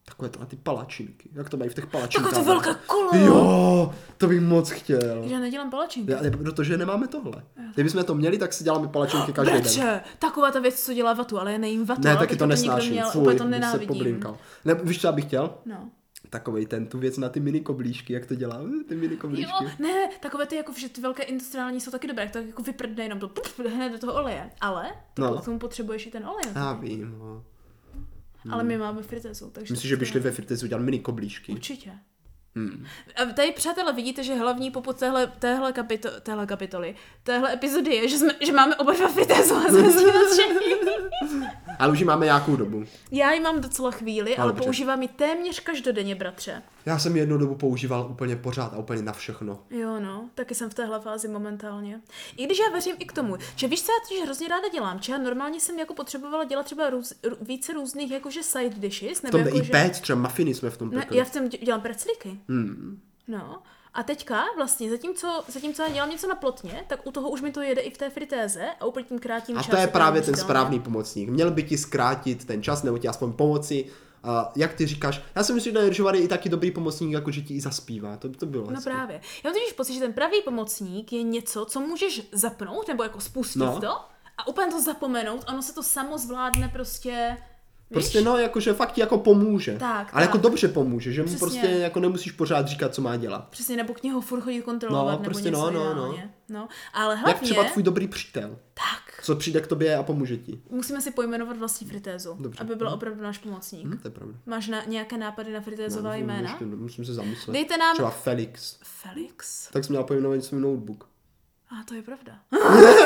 Speaker 1: Takové to, a ty palačinky, jak to mají v těch
Speaker 2: Takové
Speaker 1: palačinkách.
Speaker 2: Jako to velké kolo.
Speaker 1: Jo, to bych moc chtěl.
Speaker 2: Já nedělám palačinky.
Speaker 1: Já, ne, protože nemáme tohle. Kdybychom to měli, tak si děláme palačinky každý den.
Speaker 2: Bratře, taková ta věc, co dělá vatu, ale já nejím vatu,
Speaker 1: Ne,
Speaker 2: ale
Speaker 1: taky
Speaker 2: teď
Speaker 1: to
Speaker 2: někdo
Speaker 1: nesnáším.
Speaker 2: Měl,
Speaker 1: Fuj,
Speaker 2: úplně to
Speaker 1: bych se
Speaker 2: nenávidím.
Speaker 1: poblinkal. Ne, víš, co já bych chtěl?
Speaker 2: No.
Speaker 1: Takovej ten, tu věc na ty mini koblížky, jak to dělá, eh, ty mini koblížky.
Speaker 2: Jo, ne, takové ty jako, že ty velké industriální jsou taky dobré, jak to jako vyprdne jenom to puf, hned do toho oleje. Ale ty
Speaker 1: No.
Speaker 2: no. k tomu potřebuješ i ten olej.
Speaker 1: Já vím. No.
Speaker 2: Ale my máme fritezu, takže...
Speaker 1: Myslíš, že by šli ve fritezu udělat mini koblížky?
Speaker 2: Určitě. Hmm. A tady, přátelé, vidíte, že hlavní poput téhle, téhle, kapito- téhle kapitoly, téhle epizody je, že, jsme, že máme oba dva fritezu a jsme s tím nadšení.
Speaker 1: Ale už ji máme nějakou dobu.
Speaker 2: Já ji mám docela chvíli, ale,
Speaker 1: Ale
Speaker 2: ale
Speaker 1: dobře.
Speaker 2: používám ji téměř každodenně, bratře.
Speaker 1: Já jsem ji jednu dobu používal úplně pořád a úplně na všechno.
Speaker 2: Jo, no, taky jsem v téhle fázi momentálně. I když já věřím i k tomu, že víš, co já totiž hrozně ráda dělám, že já normálně jsem jako potřebovala dělat třeba růz, rů, více různých jakože side dishes,
Speaker 1: V
Speaker 2: nebo
Speaker 1: tom jde
Speaker 2: jako,
Speaker 1: i
Speaker 2: že...
Speaker 1: péct, třeba mafiny jsme v tom
Speaker 2: Ne,
Speaker 1: pekli.
Speaker 2: já v tom dě- dělám pracliky. Hmm. No. A teďka vlastně, zatímco, zatímco já dělám něco na plotně, tak u toho už mi to jede i v té fritéze a úplně tím krátím
Speaker 1: A
Speaker 2: čas.
Speaker 1: to je právě ten správný pomocník. Měl by ti zkrátit ten čas, nebo ti aspoň pomoci. A jak ty říkáš, já si myslím, že ten Ryžovar je i taky dobrý pomocník, jako že ti i zaspívá. To, to bylo
Speaker 2: No
Speaker 1: hezké.
Speaker 2: právě. Já mám totiž pocit, že ten pravý pomocník je něco, co můžeš zapnout nebo jako spustit
Speaker 1: No.
Speaker 2: no. to a úplně to zapomenout, ono se to samo zvládne prostě. Víš?
Speaker 1: Prostě no, jakože fakt ti jako pomůže.
Speaker 2: Tak,
Speaker 1: Ale
Speaker 2: tak.
Speaker 1: jako dobře pomůže, že mu
Speaker 2: Přesně.
Speaker 1: prostě jako nemusíš pořád říkat, co má dělat.
Speaker 2: Přesně, nebo k něho furt chodí kontrolovat,
Speaker 1: No,
Speaker 2: nebo
Speaker 1: prostě no,
Speaker 2: něco
Speaker 1: no, no.
Speaker 2: ideálně. no. Ale
Speaker 1: Jak
Speaker 2: hlavně,
Speaker 1: třeba tvůj dobrý přítel,
Speaker 2: tak,
Speaker 1: co přijde k tobě a pomůže ti.
Speaker 2: musíme si pojmenovat vlastní fritézu,
Speaker 1: Dobře. Mhm.
Speaker 2: aby byl opravdu náš pomocník.
Speaker 1: Hm, to je pravda.
Speaker 2: Máš na, nějaké nápady na fritézová
Speaker 1: Musím-
Speaker 2: jména?
Speaker 1: ještě- Musím se zamyslet.
Speaker 2: Dejte nám-
Speaker 1: Třeba Felix.
Speaker 2: Felix?
Speaker 1: Tak jsem měla pojmenovat svůj notebook.
Speaker 2: A to je pravda.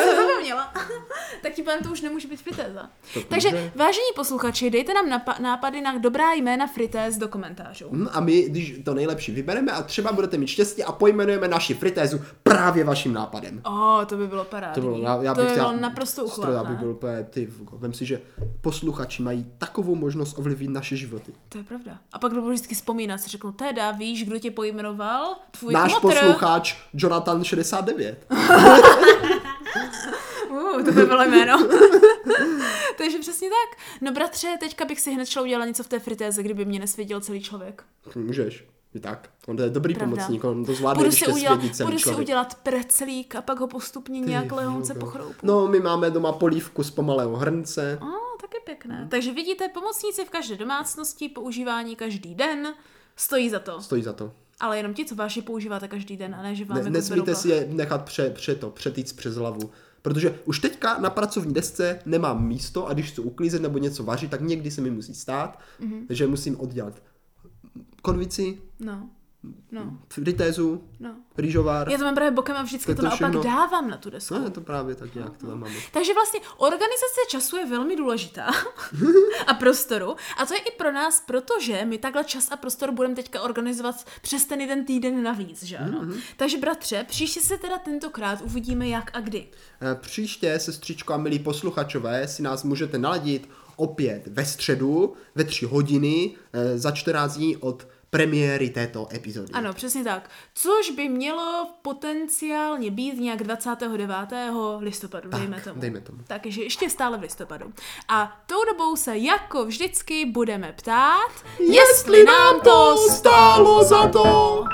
Speaker 2: Jsem zapomněla. tak ti pán to už nemůže být fritéza.
Speaker 1: Tak
Speaker 2: Takže,
Speaker 1: může.
Speaker 2: vážení posluchači, dejte nám napa- nápady na dobrá jména fritéz do komentářů.
Speaker 1: Hm, A my, když to nejlepší vybereme a třeba budete mít štěstí a pojmenujeme naši fritézu právě vaším nápadem.
Speaker 2: O, oh, to by bylo parádní.
Speaker 1: To bylo, já, já
Speaker 2: to
Speaker 1: bych
Speaker 2: bylo
Speaker 1: chtěl,
Speaker 2: naprosto
Speaker 1: stroj, já
Speaker 2: uchvatné.
Speaker 1: bych byl úplně, ty, vko, vem si, že posluchači mají takovou možnost ovlivnit naše životy.
Speaker 2: To je pravda. A pak budu vždycky vzpomínat, si řeknu, teda víš, kdo tě pojmenoval? Tvůj
Speaker 1: Náš
Speaker 2: kmotr.
Speaker 1: posluchač Jonathan69.
Speaker 2: Uh, to by bylo jméno. Takže přesně tak. No bratře, teďka bych si hned šla udělala něco v té fritéze, kdyby mě nesvěděl celý člověk.
Speaker 1: Hm, Můžeš. I tak. On to je dobrý
Speaker 2: Pravda.
Speaker 1: pomocník, on no to zvládne,
Speaker 2: Budu
Speaker 1: když
Speaker 2: si,
Speaker 1: tě
Speaker 2: udělat,
Speaker 1: svědí celý
Speaker 2: budu si
Speaker 1: člověk.
Speaker 2: udělat preclík a pak ho postupně nějak lehonce pochroupu.
Speaker 1: No, my máme doma polívku z pomalého hrnce.
Speaker 2: A, No, taky
Speaker 1: No.
Speaker 2: pěkné. Takže vidíte, pomocníci v každé domácnosti, používání každý den, stojí za to.
Speaker 1: Stojí za to.
Speaker 2: Ale jenom ti, co vaši používáte každý den, a ne, že vám
Speaker 1: Ne,
Speaker 2: jako
Speaker 1: nesmíte
Speaker 2: berou
Speaker 1: si je nechat pře, pře to, přetýct přes hlavu. Protože už teďka na pracovní desce nemám místo a když chci uklízet nebo něco vařit, tak někdy se mi musí stát,
Speaker 2: Mhm.
Speaker 1: mm-hmm. že musím oddělat konvici,
Speaker 2: No, no,
Speaker 1: fritézu,
Speaker 2: no.
Speaker 1: rýžovár.
Speaker 2: Já to mám právě bokem a vždycky
Speaker 1: To
Speaker 2: to,
Speaker 1: je
Speaker 2: to
Speaker 1: to
Speaker 2: naopak
Speaker 1: všechno.
Speaker 2: dávám na tu desku.
Speaker 1: No, je to právě tak nějak, to tam máme.
Speaker 2: Takže vlastně organizace času je velmi důležitá a prostoru. A to je i pro nás, protože my takhle čas a prostor budeme teďka organizovat přes ten jeden týden navíc, že ano? Takže bratře, příště se teda tentokrát uvidíme jak a kdy.
Speaker 1: Eh, Příště, sestřičko a milí posluchačové, si nás můžete naladit opět ve středu ve 3 hodiny eh, za 14 dní od premiéry této epizody.
Speaker 2: Ano, přesně tak. Což by mělo potenciálně být nějak 29. listopadu, tak, dejme tomu.
Speaker 1: dejme tomu.
Speaker 2: Takže ještě stále v listopadu. A tou dobou se jako vždycky budeme ptát, jestli, nám to
Speaker 1: stálo za to!